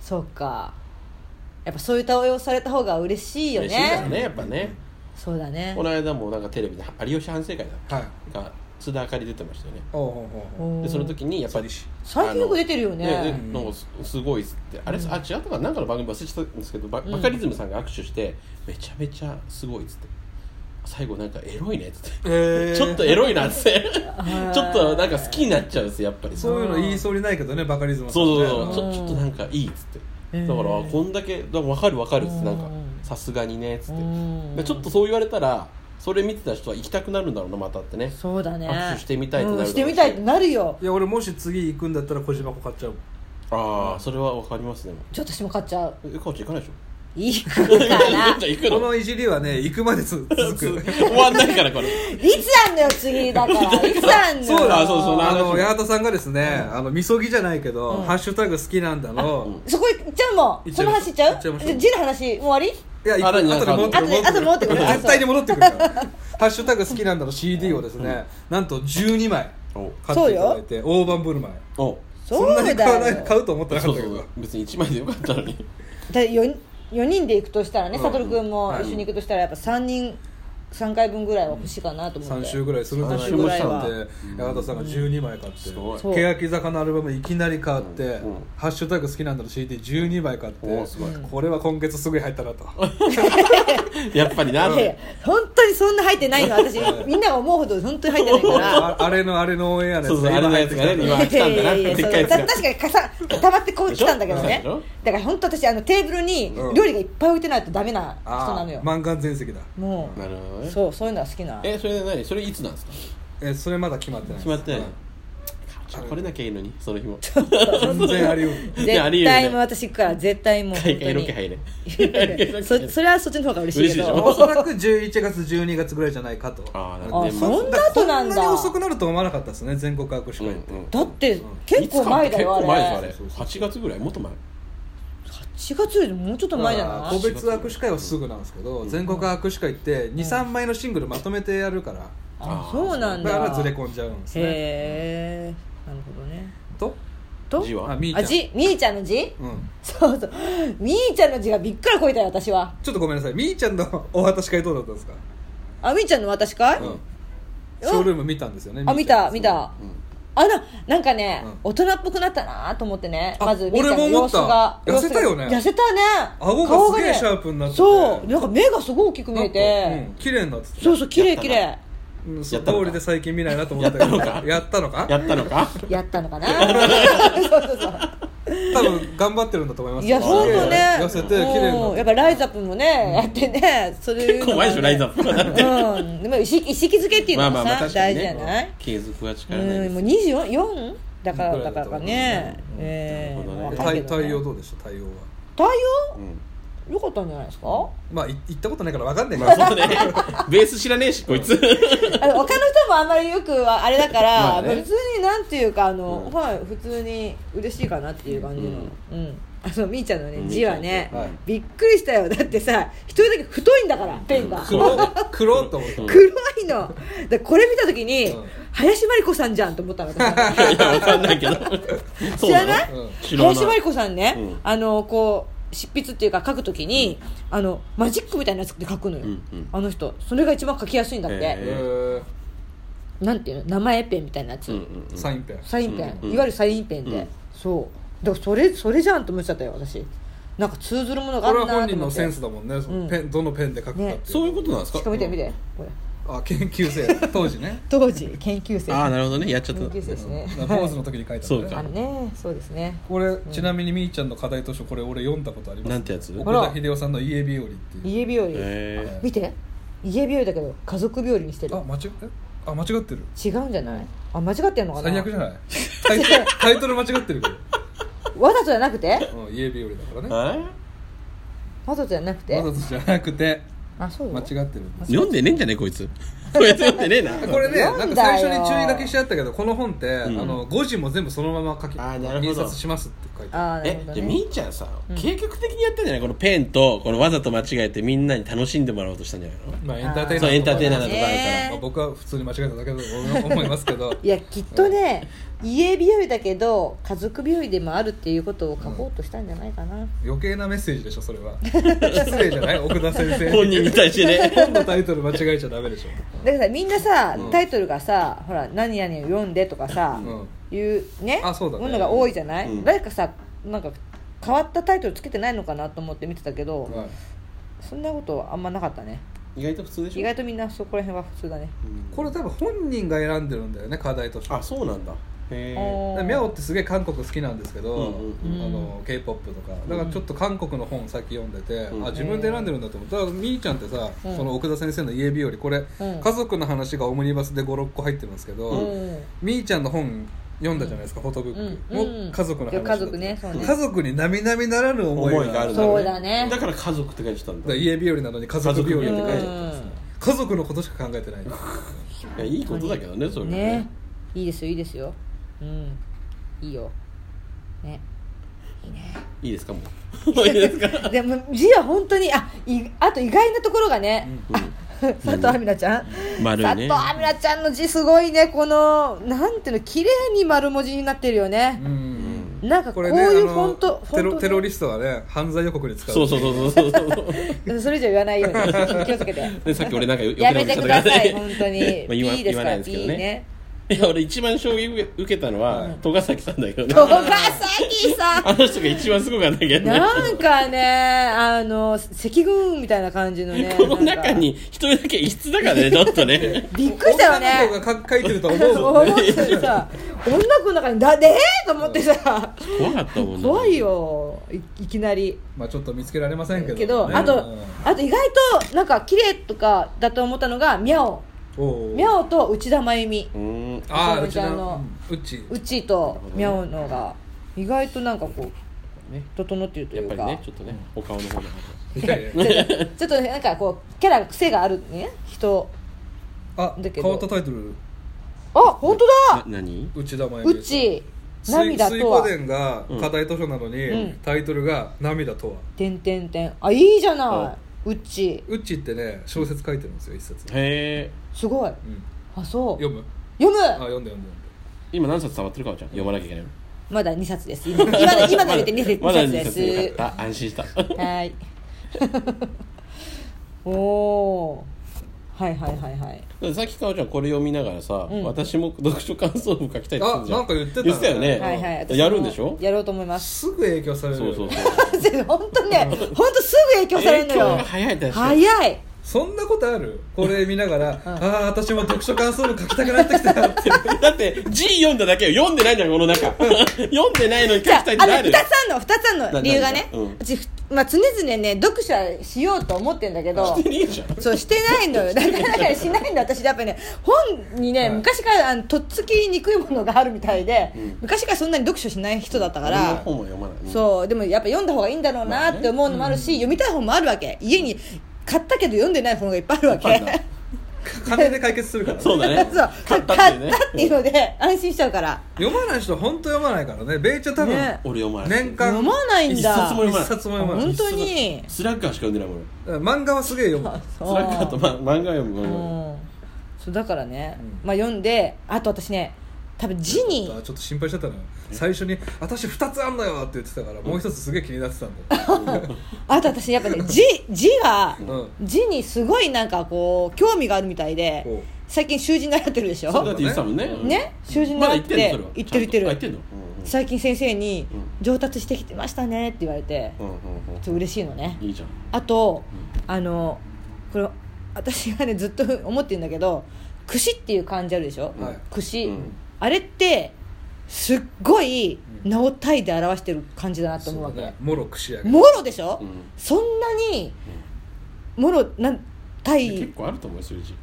[SPEAKER 1] そうかやっぱそういう対応された方が嬉しいよね
[SPEAKER 3] 嬉しいからねやっぱね、
[SPEAKER 1] そうだね
[SPEAKER 3] この間もなんかテレビで有吉反省会だっけ、
[SPEAKER 2] はい
[SPEAKER 3] が須田あかり出てましたよね
[SPEAKER 2] おうおうおうおう
[SPEAKER 1] おー
[SPEAKER 3] でその時にやっぱり
[SPEAKER 1] 最近よく出てるよね
[SPEAKER 3] でなんかすすごいっすってあれ、あ違ったかななんかの番組忘れちゃったんですけどババカリズムさんが握手して、めちゃめちゃすごいっつって最後なんかエロいねっつって、
[SPEAKER 2] へー
[SPEAKER 3] ちょっとエロいなっつってちょっとなんか好きになっちゃうんですよやっぱり
[SPEAKER 2] そういうの言いそうにないけどねバカリズムさんね
[SPEAKER 3] そうそうそうち
[SPEAKER 1] うん
[SPEAKER 3] ょちょっとなんかいいっつって
[SPEAKER 1] へー
[SPEAKER 3] だからこんだけだから分かる分かるっつってなんか
[SPEAKER 1] うん
[SPEAKER 3] さすがにねっつって
[SPEAKER 1] うん
[SPEAKER 3] でちょっとそう言われたらそれ見てた人は行きたくなるんだろうなまたってね
[SPEAKER 1] そうだね
[SPEAKER 3] 握手してみたいって
[SPEAKER 1] うん
[SPEAKER 3] なるだろうし
[SPEAKER 1] してみたいってなるよ
[SPEAKER 2] いや俺もし次行くんだったら小島粉買っちゃうもん
[SPEAKER 3] ああそれは分かりますね
[SPEAKER 1] ちょっと私も買っちゃう
[SPEAKER 3] え母ちゃん行かないでしょ
[SPEAKER 1] いくか な
[SPEAKER 3] じゃあ行くの
[SPEAKER 2] このいじりはね行くまでつ続く
[SPEAKER 3] 終わんないからこれ
[SPEAKER 1] いつあんのよ次だからいつあんのよ
[SPEAKER 3] そうだそうそうな
[SPEAKER 2] あ
[SPEAKER 3] 話
[SPEAKER 2] の
[SPEAKER 3] も
[SPEAKER 2] 八幡さんがですね、あのみそぎじゃないけど、ハッシュタグ好きなんだの、
[SPEAKER 1] そこ行っちゃうも
[SPEAKER 2] 行
[SPEAKER 1] ん
[SPEAKER 2] っち
[SPEAKER 1] そ
[SPEAKER 2] ゃい
[SPEAKER 1] の
[SPEAKER 2] ます
[SPEAKER 1] 話行っちゃ
[SPEAKER 2] 行っちゃいま
[SPEAKER 1] う
[SPEAKER 2] しょう
[SPEAKER 1] じジル話もう終わり
[SPEAKER 2] いや、いく
[SPEAKER 3] あ何
[SPEAKER 2] 後で戻ってくる。
[SPEAKER 1] 後で
[SPEAKER 2] 戻って
[SPEAKER 1] 後で戻ってく
[SPEAKER 2] くる
[SPEAKER 1] る
[SPEAKER 2] 絶対に戻ってくるから。 ハッシュタグ好きなんだの CD をですね、なんと12枚
[SPEAKER 3] お
[SPEAKER 2] 買っていただいて、大盤振る舞い。
[SPEAKER 3] お
[SPEAKER 2] そんなに買わない、買
[SPEAKER 1] よ
[SPEAKER 2] うと思ってなか
[SPEAKER 3] そ
[SPEAKER 2] っ
[SPEAKER 3] う
[SPEAKER 2] たけ
[SPEAKER 3] そう
[SPEAKER 2] ど。
[SPEAKER 3] 別に1枚でよかったのに
[SPEAKER 1] だ4人で行くとしたらね
[SPEAKER 3] うん
[SPEAKER 1] 悟君も
[SPEAKER 2] はい
[SPEAKER 1] 一緒に行くとしたらやっぱ3人3回分ぐらいは欲しいかなと思っ
[SPEAKER 2] 3
[SPEAKER 1] て
[SPEAKER 2] 週ぐらいするんだ
[SPEAKER 3] 三
[SPEAKER 2] け
[SPEAKER 3] 週
[SPEAKER 2] ど
[SPEAKER 3] ぐ
[SPEAKER 2] し
[SPEAKER 3] らい
[SPEAKER 2] たん
[SPEAKER 1] は
[SPEAKER 2] で八幡さんが12枚買って
[SPEAKER 3] すごい
[SPEAKER 1] そう
[SPEAKER 2] 欅坂のアルバムいきなり買って、
[SPEAKER 3] うん
[SPEAKER 2] ハッシュタグ好きなんだの CD12 枚買って、
[SPEAKER 3] おすごい
[SPEAKER 2] これは今月すぐ入ったな と
[SPEAKER 3] やっぱりない
[SPEAKER 1] やいや本当にそんな入ってないの私
[SPEAKER 2] うん
[SPEAKER 1] みんなが思うほど本当に入ってないから
[SPEAKER 2] ああれのあれのオンエアの
[SPEAKER 3] そうそうあれのやつがね
[SPEAKER 2] 今入ってきた
[SPEAKER 3] 今来たんだなでっかいやつ
[SPEAKER 1] た
[SPEAKER 3] が
[SPEAKER 1] 確かにかさたまってこう来たんだけど
[SPEAKER 3] で
[SPEAKER 1] ね
[SPEAKER 3] しょ
[SPEAKER 1] だから本当私あのテーブルに
[SPEAKER 2] うん
[SPEAKER 1] 料理がいっぱい置いてないとダメな人
[SPEAKER 2] あ
[SPEAKER 1] な
[SPEAKER 2] あ
[SPEAKER 1] のよ
[SPEAKER 2] 満貫全席だ
[SPEAKER 1] も
[SPEAKER 3] なるほど
[SPEAKER 1] う
[SPEAKER 3] ね
[SPEAKER 1] そうそういうのは好きな
[SPEAKER 3] えそれで何それいつなんですか
[SPEAKER 2] えそれまだ決まってない
[SPEAKER 3] 決まってないの
[SPEAKER 2] うん
[SPEAKER 3] あ来れなきゃいいのにその日も
[SPEAKER 2] 全然あり得る
[SPEAKER 3] いやあり
[SPEAKER 1] 絶
[SPEAKER 3] えるよね
[SPEAKER 1] 対もう私行くから絶対もう本
[SPEAKER 3] 海
[SPEAKER 1] 当
[SPEAKER 3] 外ロケ
[SPEAKER 1] に
[SPEAKER 3] 入れ
[SPEAKER 1] そそれはそっちの方が嬉しいけ
[SPEAKER 3] 嬉し い
[SPEAKER 2] お
[SPEAKER 1] ど
[SPEAKER 2] そらく11月12月ぐらいじゃないかと
[SPEAKER 3] あーなるほど
[SPEAKER 1] あ
[SPEAKER 3] 年末
[SPEAKER 1] そんな後なん
[SPEAKER 2] こんな
[SPEAKER 1] だ
[SPEAKER 2] に遅くなると思わなかったですね全国握手
[SPEAKER 3] うん
[SPEAKER 2] 会
[SPEAKER 3] う
[SPEAKER 2] って、
[SPEAKER 3] ん
[SPEAKER 1] だって結構前だよ
[SPEAKER 3] いつから
[SPEAKER 1] あ
[SPEAKER 3] 結構前で
[SPEAKER 1] れ
[SPEAKER 3] すあれ8月ぐらいもっと前
[SPEAKER 1] 4月よりもうちょっと前じゃ
[SPEAKER 2] だ
[SPEAKER 1] な
[SPEAKER 2] から
[SPEAKER 1] い
[SPEAKER 2] 個別握手会はすぐなんですけど、全国握手会って23枚のシングルまとめてやるから、
[SPEAKER 1] あそうなん
[SPEAKER 2] だ
[SPEAKER 1] だ
[SPEAKER 2] からずれ込んじゃうんですね
[SPEAKER 1] へえなるほどね
[SPEAKER 2] と
[SPEAKER 1] と
[SPEAKER 3] 字は
[SPEAKER 2] あみー
[SPEAKER 1] あ
[SPEAKER 2] ち
[SPEAKER 1] 字みーちゃんの字
[SPEAKER 2] ゃん、うん、
[SPEAKER 1] そうそうみーちゃんの字がびっくらこいたよ私は
[SPEAKER 2] ちょっとごめんなさいみーちゃんの お渡し会どうだったんですか、
[SPEAKER 1] あみーちゃんの私かい、
[SPEAKER 2] うん、ショールーム見たんですよね
[SPEAKER 1] あ見た見
[SPEAKER 2] みーちゃん
[SPEAKER 1] た、あななんかね、
[SPEAKER 2] うん
[SPEAKER 1] 大人っぽくなったなと思ってね
[SPEAKER 2] あ
[SPEAKER 1] まずみーちゃんの
[SPEAKER 2] 俺も
[SPEAKER 1] 様
[SPEAKER 2] 思っ
[SPEAKER 1] 子
[SPEAKER 2] た
[SPEAKER 1] が
[SPEAKER 2] 痩せたよね
[SPEAKER 1] 様子が痩せたね
[SPEAKER 2] 顎が
[SPEAKER 1] 顔
[SPEAKER 2] すげえ
[SPEAKER 1] ね
[SPEAKER 2] シャープになってて
[SPEAKER 1] そうなんか目がすごい大きく見
[SPEAKER 2] な
[SPEAKER 1] え
[SPEAKER 2] んか
[SPEAKER 1] て、
[SPEAKER 2] うん綺麗になってた
[SPEAKER 1] そうそう綺麗綺
[SPEAKER 3] や
[SPEAKER 1] 麗
[SPEAKER 2] うん
[SPEAKER 3] やったのか
[SPEAKER 2] 通りで最近見ないなと思ったけど
[SPEAKER 3] やったのか
[SPEAKER 2] やったのか
[SPEAKER 3] やったのか
[SPEAKER 1] やったのかな そうそうそう
[SPEAKER 2] 多分頑張ってるんだと思います
[SPEAKER 1] い
[SPEAKER 2] よ
[SPEAKER 1] や本当ね
[SPEAKER 2] 痩せて綺麗にな
[SPEAKER 1] うんや
[SPEAKER 2] って
[SPEAKER 1] っぱライザップもねやってねそれ
[SPEAKER 3] 結構前でしょライザップはだって
[SPEAKER 1] うんでも意識意識づけっていうのもさ大事じゃない
[SPEAKER 3] 継続は力ないで
[SPEAKER 1] うん
[SPEAKER 3] す
[SPEAKER 1] もう24だから
[SPEAKER 2] いくら
[SPEAKER 1] だ
[SPEAKER 2] だ
[SPEAKER 1] か
[SPEAKER 2] と思
[SPEAKER 1] ら
[SPEAKER 2] う
[SPEAKER 1] ね
[SPEAKER 3] なるほどね
[SPEAKER 1] ええ
[SPEAKER 2] 対対応
[SPEAKER 1] ど
[SPEAKER 2] どうでした対応は
[SPEAKER 1] 対
[SPEAKER 3] うん
[SPEAKER 1] よかったんじゃないですか、あ
[SPEAKER 2] まあい行ったことないから分かんないけ
[SPEAKER 3] まあ
[SPEAKER 2] ど
[SPEAKER 3] そうねベース知らねえしこいつ
[SPEAKER 1] の他の人もあんまりよくはあれだか
[SPEAKER 3] ま
[SPEAKER 1] ら
[SPEAKER 3] あね
[SPEAKER 1] 普通になんていうかあの、
[SPEAKER 3] うん
[SPEAKER 1] はい普通に嬉しいかなっていう感じのうん、あのみーちゃんのね
[SPEAKER 3] うん
[SPEAKER 1] 字はね、
[SPEAKER 2] はい
[SPEAKER 1] びっくりしたよだってさ一人だけ太いんだからペンが
[SPEAKER 3] そうね
[SPEAKER 2] 黒と思って
[SPEAKER 3] うん
[SPEAKER 1] 黒いのでこれ見た時に、
[SPEAKER 2] うん
[SPEAKER 1] 林真理子さんじゃんと思ったの私
[SPEAKER 3] いやいやわかんない けどそうなの
[SPEAKER 1] 知らない
[SPEAKER 2] うん
[SPEAKER 3] 知らない
[SPEAKER 1] 林真理子さんね、
[SPEAKER 3] うん
[SPEAKER 1] あのこう執筆っていうか書くときに、あのマジックみたいなやつで書くのよ、
[SPEAKER 3] うんうん
[SPEAKER 1] あの人それが一番書きやすいんだって、
[SPEAKER 3] へ
[SPEAKER 2] え
[SPEAKER 1] なんていうの名前ペンみたいなやつ、
[SPEAKER 3] うんうんう
[SPEAKER 2] ー
[SPEAKER 3] ん
[SPEAKER 2] サインペン
[SPEAKER 1] サインペン、
[SPEAKER 3] うん
[SPEAKER 1] いわゆるサインペンで、
[SPEAKER 3] うん
[SPEAKER 1] そうだからそれそれじゃんと思っちゃったよ私なんか通ずるものがあ
[SPEAKER 2] これ
[SPEAKER 1] る
[SPEAKER 2] は
[SPEAKER 1] なと思っ
[SPEAKER 2] 本
[SPEAKER 1] て
[SPEAKER 2] 人のセンスだもんね、そのペンどのペンで書くかっていう、
[SPEAKER 1] ね
[SPEAKER 3] そういうことなんですか
[SPEAKER 1] しかも見て見てこれ
[SPEAKER 2] あ研究生当時 ね
[SPEAKER 1] 当時研究生
[SPEAKER 3] ああなるほどねやっちゃっ
[SPEAKER 1] 研
[SPEAKER 3] た
[SPEAKER 1] 究生ですね、
[SPEAKER 2] うんポーズの時に書いたん
[SPEAKER 3] そう
[SPEAKER 2] だ
[SPEAKER 3] か
[SPEAKER 1] あ
[SPEAKER 2] ね
[SPEAKER 1] のねそうですね
[SPEAKER 2] これちなみにみーちゃんの課題図書これ俺読んだことあります
[SPEAKER 3] なんてやつ
[SPEAKER 2] 奥
[SPEAKER 1] あ
[SPEAKER 2] 田
[SPEAKER 1] ら
[SPEAKER 2] 秀夫さんの家日和っていう
[SPEAKER 1] 家日和、
[SPEAKER 3] へ
[SPEAKER 1] 見て家日和だけど家族日和にしてる
[SPEAKER 2] あ間違えあ間違ってる
[SPEAKER 1] 違うんじゃないあ間違ってんのかな
[SPEAKER 2] 最悪じゃないタイトルタイトル間違ってるけ
[SPEAKER 1] わざとじゃなくて
[SPEAKER 2] ど、うん、家日和だ
[SPEAKER 3] え
[SPEAKER 2] からね
[SPEAKER 1] わざとじゃなくて
[SPEAKER 2] わざとじゃなくて
[SPEAKER 1] あそう
[SPEAKER 2] 間
[SPEAKER 1] だ
[SPEAKER 2] 違
[SPEAKER 1] よ
[SPEAKER 2] ってる
[SPEAKER 3] 読んでねえんじゃねえこいつこいつ読んでねえな
[SPEAKER 2] これね
[SPEAKER 1] なんだよ
[SPEAKER 2] なんか最初に注意書きしてあったけどこの本って、
[SPEAKER 3] ん
[SPEAKER 2] あの5時も全部そのまま書き
[SPEAKER 3] あーなるほど
[SPEAKER 2] 印刷しますって書いて
[SPEAKER 1] あー
[SPEAKER 2] ある
[SPEAKER 1] なる
[SPEAKER 3] え
[SPEAKER 1] ほど、
[SPEAKER 3] じ
[SPEAKER 1] ね、
[SPEAKER 3] ゃあみーちゃんさ、計画的にやったんじゃないこのペンとこのわざと間違えてみんなに楽しんでもらおうとしたんじゃないの
[SPEAKER 2] まあエンターテイナー
[SPEAKER 3] そうエンターテイナーだ
[SPEAKER 2] だ
[SPEAKER 3] と
[SPEAKER 2] と
[SPEAKER 3] かある
[SPEAKER 1] ね
[SPEAKER 2] まあ、僕は普通に間違えただけだと思いますけど
[SPEAKER 1] いやきっとね、家日和だけど家族日和でもあるっていうことを書こうとしたんじゃないかな、
[SPEAKER 2] 余計なメッセージでしょそれは失礼じゃない奥田先生
[SPEAKER 3] から本人に対してね
[SPEAKER 2] 本のタイトル間違えちゃダメでしょ
[SPEAKER 1] だからさみんなさ、
[SPEAKER 2] うん
[SPEAKER 1] タイトルがさ「ほら何々を読んで」とかさ、
[SPEAKER 2] う
[SPEAKER 1] いうね
[SPEAKER 2] あそうだね
[SPEAKER 1] ものが多いじゃない、
[SPEAKER 3] うん
[SPEAKER 1] 誰かさなんか変わったタイトルつけてないのかなと思って見てたけど、
[SPEAKER 2] はい
[SPEAKER 1] そんなことあんまなかったね
[SPEAKER 3] 意外と普通でしょ
[SPEAKER 1] 意外とみんなそこら辺は普通だね、
[SPEAKER 2] これ多分本人が選んでるんだよね課題として
[SPEAKER 3] あそうなんだへえ
[SPEAKER 1] おー
[SPEAKER 2] ミャオってすげえ韓国好きなんですけど、
[SPEAKER 3] うん
[SPEAKER 1] うんうん
[SPEAKER 2] あの k p o p とかだからちょっと韓国の本さっき読んでて、
[SPEAKER 3] うん
[SPEAKER 2] あ自分で選んでるんだと思っただからみーちゃんってさ、
[SPEAKER 1] うん
[SPEAKER 2] その奥田先生の家日和これ、
[SPEAKER 1] うん
[SPEAKER 2] 家族の話がオムニバスで56個入ってますけど、
[SPEAKER 1] うん
[SPEAKER 2] みーちゃんの本読んだじゃないですか、フォトブック、
[SPEAKER 1] うんうん
[SPEAKER 2] も家族の話だった
[SPEAKER 1] 家族ねそうね
[SPEAKER 2] 家族に並々ならぬ思い
[SPEAKER 3] 思い
[SPEAKER 2] が
[SPEAKER 3] が
[SPEAKER 2] あ
[SPEAKER 3] あ
[SPEAKER 2] る
[SPEAKER 3] る
[SPEAKER 2] だか
[SPEAKER 3] ん
[SPEAKER 1] だ
[SPEAKER 3] ろ
[SPEAKER 1] そうだね
[SPEAKER 3] だから家族って書いてたんだ
[SPEAKER 2] ら家日和なのに家族日和って書いてあったんですね
[SPEAKER 1] う
[SPEAKER 2] 家族のことしか考えてない
[SPEAKER 3] いやいいことだけどねそれ
[SPEAKER 1] んねいいですよいいですようんいいよね
[SPEAKER 3] いいですかもうもういいですか
[SPEAKER 1] でも字は本当にあいあと意外なところがね、あ佐藤亜美奈ちゃん、
[SPEAKER 3] 丸い
[SPEAKER 1] 佐
[SPEAKER 3] ね
[SPEAKER 1] 藤亜美奈ちゃんの字すごいねこのなんていうの綺麗に丸文字になってるよね
[SPEAKER 2] う、ん
[SPEAKER 1] なんかこういうフォント
[SPEAKER 2] あの
[SPEAKER 1] フォ
[SPEAKER 2] テ
[SPEAKER 1] ント
[SPEAKER 2] ロ
[SPEAKER 1] ね
[SPEAKER 2] テロリストはね犯罪予告に使う
[SPEAKER 3] そうそうそうそうそうそう
[SPEAKER 1] うんそれ以上言わないよう に気をつけて
[SPEAKER 3] でさっき俺なんかよ
[SPEAKER 1] やめてください
[SPEAKER 3] よくな
[SPEAKER 1] 本
[SPEAKER 3] んか
[SPEAKER 1] 当に
[SPEAKER 3] 言っちゃったから まあ言わ
[SPEAKER 1] P です
[SPEAKER 3] 言
[SPEAKER 1] か
[SPEAKER 3] わな
[SPEAKER 1] ら
[SPEAKER 3] いですけど
[SPEAKER 1] P
[SPEAKER 3] ね
[SPEAKER 1] ね
[SPEAKER 3] いや俺一番衝撃受けたのは、戸ヶ崎さんだけどね
[SPEAKER 1] 戸ヶ崎さん
[SPEAKER 3] あの人が一番すごかったけどね
[SPEAKER 1] なんかね、あの、赤軍みたいな感じのね。
[SPEAKER 3] この
[SPEAKER 1] なんか
[SPEAKER 3] 中に一人だけ異質だからねちょっとね
[SPEAKER 1] びっくりしたよ
[SPEAKER 2] 女
[SPEAKER 1] ね。
[SPEAKER 2] の子が書いてると思う も
[SPEAKER 1] 思
[SPEAKER 2] んね
[SPEAKER 1] ってさ、女の子の中に、だ、でーと思ってさ、
[SPEAKER 3] 怖かったもんね
[SPEAKER 1] 怖いよ、いいきなり。
[SPEAKER 2] まあちょっと見つけられませんけど
[SPEAKER 1] けど、
[SPEAKER 2] ね
[SPEAKER 1] あと
[SPEAKER 2] うん、
[SPEAKER 1] あと意外と、なんか、綺麗とかだと思ったのが、ミャオ。
[SPEAKER 2] おう
[SPEAKER 1] ミャオと内田真由美。
[SPEAKER 3] うーん
[SPEAKER 2] ああ
[SPEAKER 1] う
[SPEAKER 2] う
[SPEAKER 1] ち
[SPEAKER 2] ち
[SPEAKER 1] の
[SPEAKER 2] のうんうち
[SPEAKER 1] うちとミャオのが、意外となんかこう、
[SPEAKER 3] ね
[SPEAKER 1] 整ってると
[SPEAKER 3] や
[SPEAKER 1] い
[SPEAKER 3] っぱ
[SPEAKER 1] う
[SPEAKER 3] り
[SPEAKER 1] か。
[SPEAKER 3] ねちょっとねお顔の方が
[SPEAKER 2] いやいや
[SPEAKER 1] ちょちょっとねなんかこう、キャラが癖があるね、人。
[SPEAKER 2] あ
[SPEAKER 1] だけど
[SPEAKER 2] 変わったタイトル
[SPEAKER 1] あ、本当だ
[SPEAKER 3] な何
[SPEAKER 2] 内田真由
[SPEAKER 1] う
[SPEAKER 2] 美です
[SPEAKER 1] ち
[SPEAKER 2] 水
[SPEAKER 1] 涙
[SPEAKER 2] 水
[SPEAKER 1] と
[SPEAKER 2] 光
[SPEAKER 1] は
[SPEAKER 2] 伝が課題図書なのに、
[SPEAKER 1] うん
[SPEAKER 2] タイトルが「涙とは
[SPEAKER 1] てんてんてんあいいじゃないうち」
[SPEAKER 2] うちってね小説書いてるんですよ一冊、
[SPEAKER 3] へえ
[SPEAKER 1] すごい
[SPEAKER 2] うん、
[SPEAKER 1] あそう
[SPEAKER 2] 読む
[SPEAKER 1] 読
[SPEAKER 2] あ
[SPEAKER 1] む
[SPEAKER 2] 読んで読んで
[SPEAKER 3] 今何冊溜まってるかもちゃん読まなきゃいけない
[SPEAKER 1] まだ2冊です今今の今の入れて2冊
[SPEAKER 3] まだ2
[SPEAKER 1] で
[SPEAKER 3] 冊よ
[SPEAKER 1] す
[SPEAKER 3] かった安心した
[SPEAKER 1] はい おおーはいはいはいはい
[SPEAKER 3] さっきかおちゃんこれ読みながらさ、
[SPEAKER 1] うん
[SPEAKER 3] 私も読書感想文書きたいって言ってたじゃ
[SPEAKER 2] あ
[SPEAKER 3] ん
[SPEAKER 2] なんか言ってたね
[SPEAKER 3] 言ってたよね、
[SPEAKER 1] はいはい私も
[SPEAKER 3] やるんでしょ
[SPEAKER 1] やろうと思います
[SPEAKER 2] すぐ影響される
[SPEAKER 3] そうそうそう
[SPEAKER 1] 本当ね本当すぐ影響されるの
[SPEAKER 3] 影響
[SPEAKER 1] よ
[SPEAKER 3] が早いだし
[SPEAKER 1] 早い
[SPEAKER 2] そんなことあるこれ見 ながら、ああ私も読書感想文書きたくなってきたなって
[SPEAKER 3] だって字読んだだけよ 読んでないんだよこの中読んでないのに書
[SPEAKER 1] じゃ
[SPEAKER 3] き
[SPEAKER 1] あ
[SPEAKER 3] たいって
[SPEAKER 1] あの
[SPEAKER 3] な
[SPEAKER 1] 2
[SPEAKER 3] る
[SPEAKER 1] つあんの2つあんの
[SPEAKER 3] な
[SPEAKER 1] 理由がね
[SPEAKER 3] 何がうん
[SPEAKER 1] うちふまあ、常々ね読者しようと思ってんだけど
[SPEAKER 3] してねえじゃん
[SPEAKER 1] そうしてない のよだからだからしないんだ私やっぱりね本にね、
[SPEAKER 2] はい
[SPEAKER 1] 昔からあのとっつきにくいものがあるみたいで、
[SPEAKER 3] うん
[SPEAKER 1] 昔からそんなに読書しない人だったか
[SPEAKER 3] 俺の
[SPEAKER 1] ら、
[SPEAKER 3] 本は読まない
[SPEAKER 1] そうでもやっぱ読んだ方がいいんだろうなって思うのもあるし、読みたい本もあるわけ家に買ったけど読んでない本がいっぱいあるわけ
[SPEAKER 3] 買ったんだ
[SPEAKER 2] 金で解決するから、ね、
[SPEAKER 3] そうだね
[SPEAKER 1] そう買
[SPEAKER 3] 買っ
[SPEAKER 1] ったた
[SPEAKER 3] っていうね
[SPEAKER 1] っていうので安心しちゃうから
[SPEAKER 2] 読まない人本当読まないからねベイちゃん多分、
[SPEAKER 1] ね
[SPEAKER 3] 俺読まない
[SPEAKER 2] 年間
[SPEAKER 1] 読まないんだ
[SPEAKER 3] 一冊も読まない
[SPEAKER 2] 一冊も読まない
[SPEAKER 1] 本当に
[SPEAKER 3] スラッガーしか読んでないもん俺
[SPEAKER 2] 漫画はすげえ読む
[SPEAKER 3] スラッガーと、ま、漫画読む漫画
[SPEAKER 1] う
[SPEAKER 3] 読む
[SPEAKER 1] んそうだからね、
[SPEAKER 2] う
[SPEAKER 1] まあ読んであと私ね多分字に
[SPEAKER 2] ちょっと心配しちゃったのよ最初に「私2つあんのよ」って言ってたからもう一つすげえ気になってたんだよ、
[SPEAKER 1] あと私やっ ぱね字字が
[SPEAKER 2] うん
[SPEAKER 1] 字にすごいなんかこう興味があるみたいで
[SPEAKER 2] こ
[SPEAKER 1] 最近囚人習ってるでし
[SPEAKER 3] それだ
[SPEAKER 1] ょ
[SPEAKER 3] って言ってたもんね
[SPEAKER 2] そうだ
[SPEAKER 1] ね囚人
[SPEAKER 3] まだ
[SPEAKER 1] 習っ
[SPEAKER 3] 言ってんの
[SPEAKER 1] て
[SPEAKER 3] それは
[SPEAKER 1] 言ってる言って
[SPEAKER 3] ちゃん
[SPEAKER 1] る
[SPEAKER 3] とあ言ってんの
[SPEAKER 1] 最近先生に
[SPEAKER 3] う
[SPEAKER 1] 上達してきてましたねって言われて
[SPEAKER 3] うんうんうん
[SPEAKER 1] ちょっと嬉しいのね
[SPEAKER 3] うんいいじゃん
[SPEAKER 1] あとあのこれ私がねずっと思ってるんだけど「串」っていう漢字あるでしょ
[SPEAKER 2] はい
[SPEAKER 1] 「串
[SPEAKER 3] うん」
[SPEAKER 1] あれってすっごい名を体で表してる漢字だなと思うわ
[SPEAKER 2] そうだね
[SPEAKER 1] け
[SPEAKER 2] もろくしやが
[SPEAKER 1] もろでしょ
[SPEAKER 3] うん
[SPEAKER 1] そんなにもろなん体
[SPEAKER 3] 結
[SPEAKER 1] い
[SPEAKER 3] 構あると思うよ数字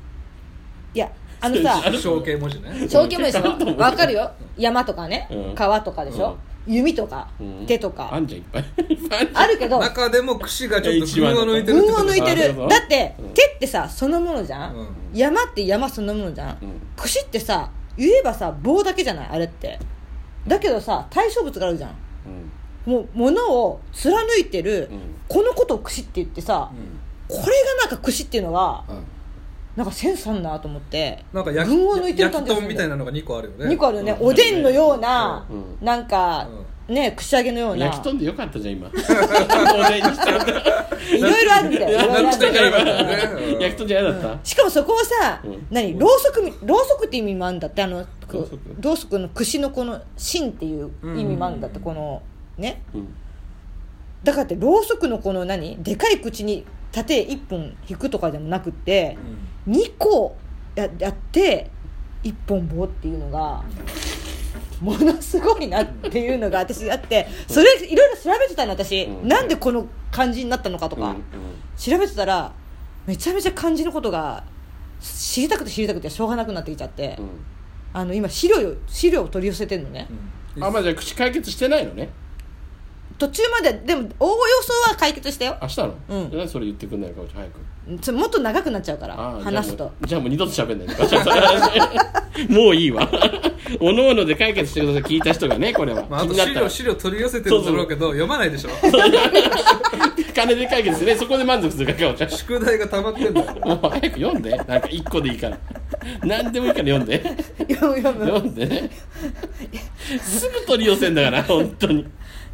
[SPEAKER 1] やあのさ
[SPEAKER 3] ある
[SPEAKER 2] 象形文字ね
[SPEAKER 1] 象形文字でし
[SPEAKER 3] 結構あると思
[SPEAKER 1] ょ
[SPEAKER 3] う
[SPEAKER 1] わかるよ山とかね
[SPEAKER 3] うん
[SPEAKER 1] 川とかでしょ弓とか
[SPEAKER 3] うん
[SPEAKER 1] 手と
[SPEAKER 3] あ
[SPEAKER 1] か
[SPEAKER 3] んじゃんいっぱい いっぱいあんじゃん
[SPEAKER 1] あるけど
[SPEAKER 2] 中でも櫛がちょっと群を抜いて
[SPEAKER 1] 群
[SPEAKER 2] るっ
[SPEAKER 1] を
[SPEAKER 2] てこと
[SPEAKER 1] 抜いて
[SPEAKER 3] なる
[SPEAKER 1] る
[SPEAKER 3] ほど
[SPEAKER 1] だって
[SPEAKER 3] うん
[SPEAKER 1] 手ってさそのものじゃん、
[SPEAKER 2] うん
[SPEAKER 1] 山って山そのものじゃん、
[SPEAKER 3] うん
[SPEAKER 1] 串ってさ言えばさ棒だけじゃないあれってだけどさ対象物があるじゃん
[SPEAKER 3] うん
[SPEAKER 1] もう物を貫いてる、
[SPEAKER 3] うん
[SPEAKER 1] このことを串って言ってさ、
[SPEAKER 2] うん
[SPEAKER 1] これがなんか串っていうのがなんかセンスあんなと思って
[SPEAKER 2] なんか焼き
[SPEAKER 1] 群を抜いてる
[SPEAKER 2] 焼
[SPEAKER 1] 感
[SPEAKER 2] き
[SPEAKER 1] じがす
[SPEAKER 2] 豚
[SPEAKER 1] る
[SPEAKER 2] みたいなのが2個あるよね
[SPEAKER 1] 2個あるよね、
[SPEAKER 3] うん
[SPEAKER 1] おでんのような、
[SPEAKER 3] う
[SPEAKER 1] なんか、ね串揚げのような
[SPEAKER 3] 焼き飛んでよかったじゃん今 お題にしたんだ
[SPEAKER 1] いろいろあるみたい
[SPEAKER 3] いや
[SPEAKER 1] な
[SPEAKER 2] ろいろ
[SPEAKER 3] 焼き飛んじ
[SPEAKER 2] あ
[SPEAKER 3] ゃ
[SPEAKER 2] る
[SPEAKER 3] 嫌
[SPEAKER 2] うん
[SPEAKER 3] 焼き飛んじゃ嫌だった、
[SPEAKER 1] しかもそこをさ、
[SPEAKER 3] うん
[SPEAKER 1] 何ろうそくみろうそくって意味もあるんだってあの
[SPEAKER 3] ろうそく
[SPEAKER 1] ろうそくの串のこの芯っていう意味もあるんだって、
[SPEAKER 2] うん
[SPEAKER 1] このね
[SPEAKER 3] うん
[SPEAKER 1] だからってろうそくのこの何でかい口に縦1本引くとかでもなくって
[SPEAKER 2] う、ん
[SPEAKER 1] 2個ややって1本棒っていうのが。ものすごいなっていうのが私あってそれいろいろ調べてたの私、
[SPEAKER 3] うん
[SPEAKER 1] なんでこの感じになったのかとか、
[SPEAKER 3] うんうん
[SPEAKER 1] 調べてたらめちゃめちゃ漢字のことが知りたくて知りたくてしょうがなくなってきちゃって、
[SPEAKER 3] うん
[SPEAKER 1] あの今資料よ資料を取り寄せてんのね、
[SPEAKER 2] うん
[SPEAKER 3] あまあじゃあ口解決してないのね
[SPEAKER 1] 途中まででもおおよそは解決したよ
[SPEAKER 3] 明日の、
[SPEAKER 1] うん
[SPEAKER 3] じゃあそれ言ってくんないか早く
[SPEAKER 1] ちょもっと長くなっちゃうから
[SPEAKER 3] ああ
[SPEAKER 1] 話すと
[SPEAKER 3] じゃあもうじゃあもう二度と喋んないでくださいその話 もういいわおのおので解決してください聞いた人がねこれは、
[SPEAKER 2] まあ、あ
[SPEAKER 3] 気
[SPEAKER 2] と
[SPEAKER 3] になっ
[SPEAKER 2] 資
[SPEAKER 3] た
[SPEAKER 2] 料
[SPEAKER 3] ら
[SPEAKER 2] 資料取り寄せてるんだろうけど読まないでしょ
[SPEAKER 3] 金で解決してねそこで満足するからかおちゃん
[SPEAKER 2] 宿題が溜まってん だから
[SPEAKER 3] もう早く読んでなんか一個でいいから何でもいいから読んで
[SPEAKER 1] 読む読む
[SPEAKER 3] 読んでねすぐ取り寄せんだから本当に、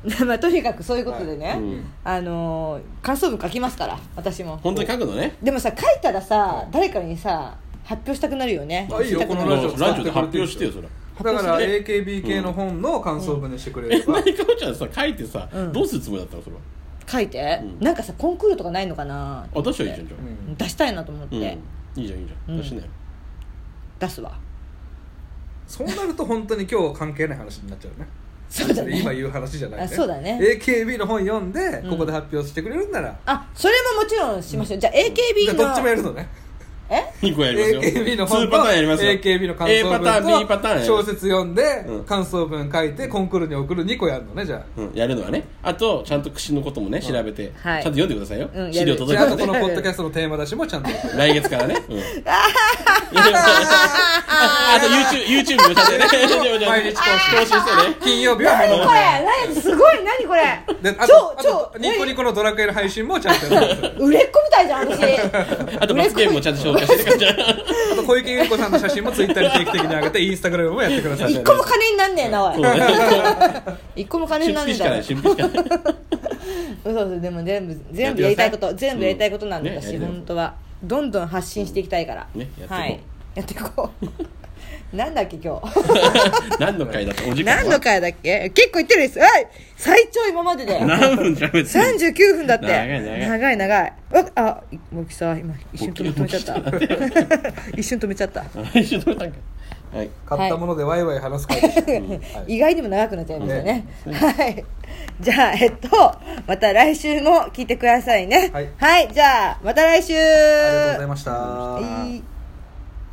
[SPEAKER 1] まあとにかくそういうことでね、
[SPEAKER 3] うん、
[SPEAKER 1] あのー感想文書きますから私も
[SPEAKER 3] 本当に書くのね
[SPEAKER 1] でもさ書いたらさ誰かにさ発表したくなるよね
[SPEAKER 2] あいいよ
[SPEAKER 1] したくな
[SPEAKER 2] こ
[SPEAKER 1] る
[SPEAKER 2] の
[SPEAKER 3] も
[SPEAKER 2] ラジオ
[SPEAKER 3] うラジオで発表してよそれ
[SPEAKER 2] だから AKB 系の本の感想文にしてくれれば、
[SPEAKER 3] 何かおちゃんさ書いてさ、
[SPEAKER 1] うん
[SPEAKER 3] どうするつもりだったのそれは
[SPEAKER 1] 書いて、
[SPEAKER 3] うん
[SPEAKER 1] なんかさコンクールとかないのかな
[SPEAKER 3] あ出しゃいいじゃんじゃあ
[SPEAKER 2] うん
[SPEAKER 1] 出したいなと思っ
[SPEAKER 3] うん、
[SPEAKER 1] て、
[SPEAKER 3] いいじゃんいいじゃん、
[SPEAKER 1] うん
[SPEAKER 3] 出しなよ
[SPEAKER 1] 出すわ
[SPEAKER 2] そうなると本当に今日関係ない話になっちゃうね
[SPEAKER 1] そうだね
[SPEAKER 2] 今言う話じゃない、ね、
[SPEAKER 1] あそうだね
[SPEAKER 2] AKB の本読んでここで発表してくれるんなら、
[SPEAKER 1] あそれももちろんしましょう、じゃあ
[SPEAKER 2] じゃ
[SPEAKER 1] AKB
[SPEAKER 2] あ
[SPEAKER 1] の
[SPEAKER 2] どっちもやるのね
[SPEAKER 1] え
[SPEAKER 3] 2個やりますよ
[SPEAKER 2] AKB の
[SPEAKER 3] 2
[SPEAKER 2] 本
[SPEAKER 3] パ
[SPEAKER 2] と
[SPEAKER 3] ターンやりますよ
[SPEAKER 2] AKB の感
[SPEAKER 3] A パターン B パタ
[SPEAKER 2] 想文と
[SPEAKER 3] ーンやり
[SPEAKER 2] 小
[SPEAKER 3] ます
[SPEAKER 2] 説読んで
[SPEAKER 3] うん
[SPEAKER 2] 感想文書いてコンクールに送る2個やるのねじゃ
[SPEAKER 3] うん、やるのはねあとちゃんと口のこともね調べて、
[SPEAKER 1] はい
[SPEAKER 3] ちゃんと読んでくださいよ、
[SPEAKER 1] うんやる
[SPEAKER 3] 資料
[SPEAKER 2] あ
[SPEAKER 3] 届
[SPEAKER 2] じゃ
[SPEAKER 3] い
[SPEAKER 2] あ
[SPEAKER 3] た
[SPEAKER 2] あ
[SPEAKER 3] ら
[SPEAKER 2] とこ
[SPEAKER 3] ね
[SPEAKER 2] のポッドキャストのテーマ出しもちゃんとやって
[SPEAKER 3] 来月からね、 うん、あと YouTube, YouTube もちゃんとね YouTube もちゃんと
[SPEAKER 2] 毎日更新
[SPEAKER 3] 更 新してね
[SPEAKER 2] 金曜日は
[SPEAKER 1] 何
[SPEAKER 2] も
[SPEAKER 1] これ何すごい何これ
[SPEAKER 2] であ
[SPEAKER 1] 超
[SPEAKER 2] とあ
[SPEAKER 1] 超
[SPEAKER 2] とニコニコのドラクエの配信もちゃんとやってる
[SPEAKER 1] 売れっ子みたいじゃん私
[SPEAKER 3] あと罰ゲームもちゃんと紹介してく れて
[SPEAKER 2] あと小池百合子さんの写真もツイッターに定期的に上げてインスタグラムもやってください
[SPEAKER 1] 一個も金になんねえなお
[SPEAKER 3] そう
[SPEAKER 1] い
[SPEAKER 3] ね
[SPEAKER 1] 一個も金
[SPEAKER 3] 出
[SPEAKER 1] になんね
[SPEAKER 3] 費
[SPEAKER 1] え
[SPEAKER 3] しか
[SPEAKER 1] だろ
[SPEAKER 3] ない出費しかない
[SPEAKER 1] そうそうでも全部全部やりたいこと
[SPEAKER 3] やってください
[SPEAKER 1] 全部やりたいことなん
[SPEAKER 3] うん
[SPEAKER 1] だ
[SPEAKER 3] ねや
[SPEAKER 1] し、
[SPEAKER 3] りたいこと
[SPEAKER 1] 本当はどんどん発信していきたいから、
[SPEAKER 3] うんねやっていこう
[SPEAKER 1] はい、やっていこう なんだっけ今日
[SPEAKER 3] 何の回だったお時間は
[SPEAKER 1] 何の回だっけ結構いってるですはい最長今まで で
[SPEAKER 3] 何分じゃべって
[SPEAKER 1] 39分だって
[SPEAKER 3] 長い長い
[SPEAKER 1] 長い長いわあ もうきさ今一瞬止め止めちゃった一瞬止めちゃった
[SPEAKER 3] 一緒に止めたんかいはい
[SPEAKER 2] 買ったものでワイワイ話す会でした、はい
[SPEAKER 1] 意外にも長くなっちゃいましたね
[SPEAKER 2] ね
[SPEAKER 1] はいじゃあえっとまた来週も聞いてくださいね
[SPEAKER 2] はい
[SPEAKER 1] じゃあまた来週啊
[SPEAKER 2] ありがとうございました
[SPEAKER 1] はい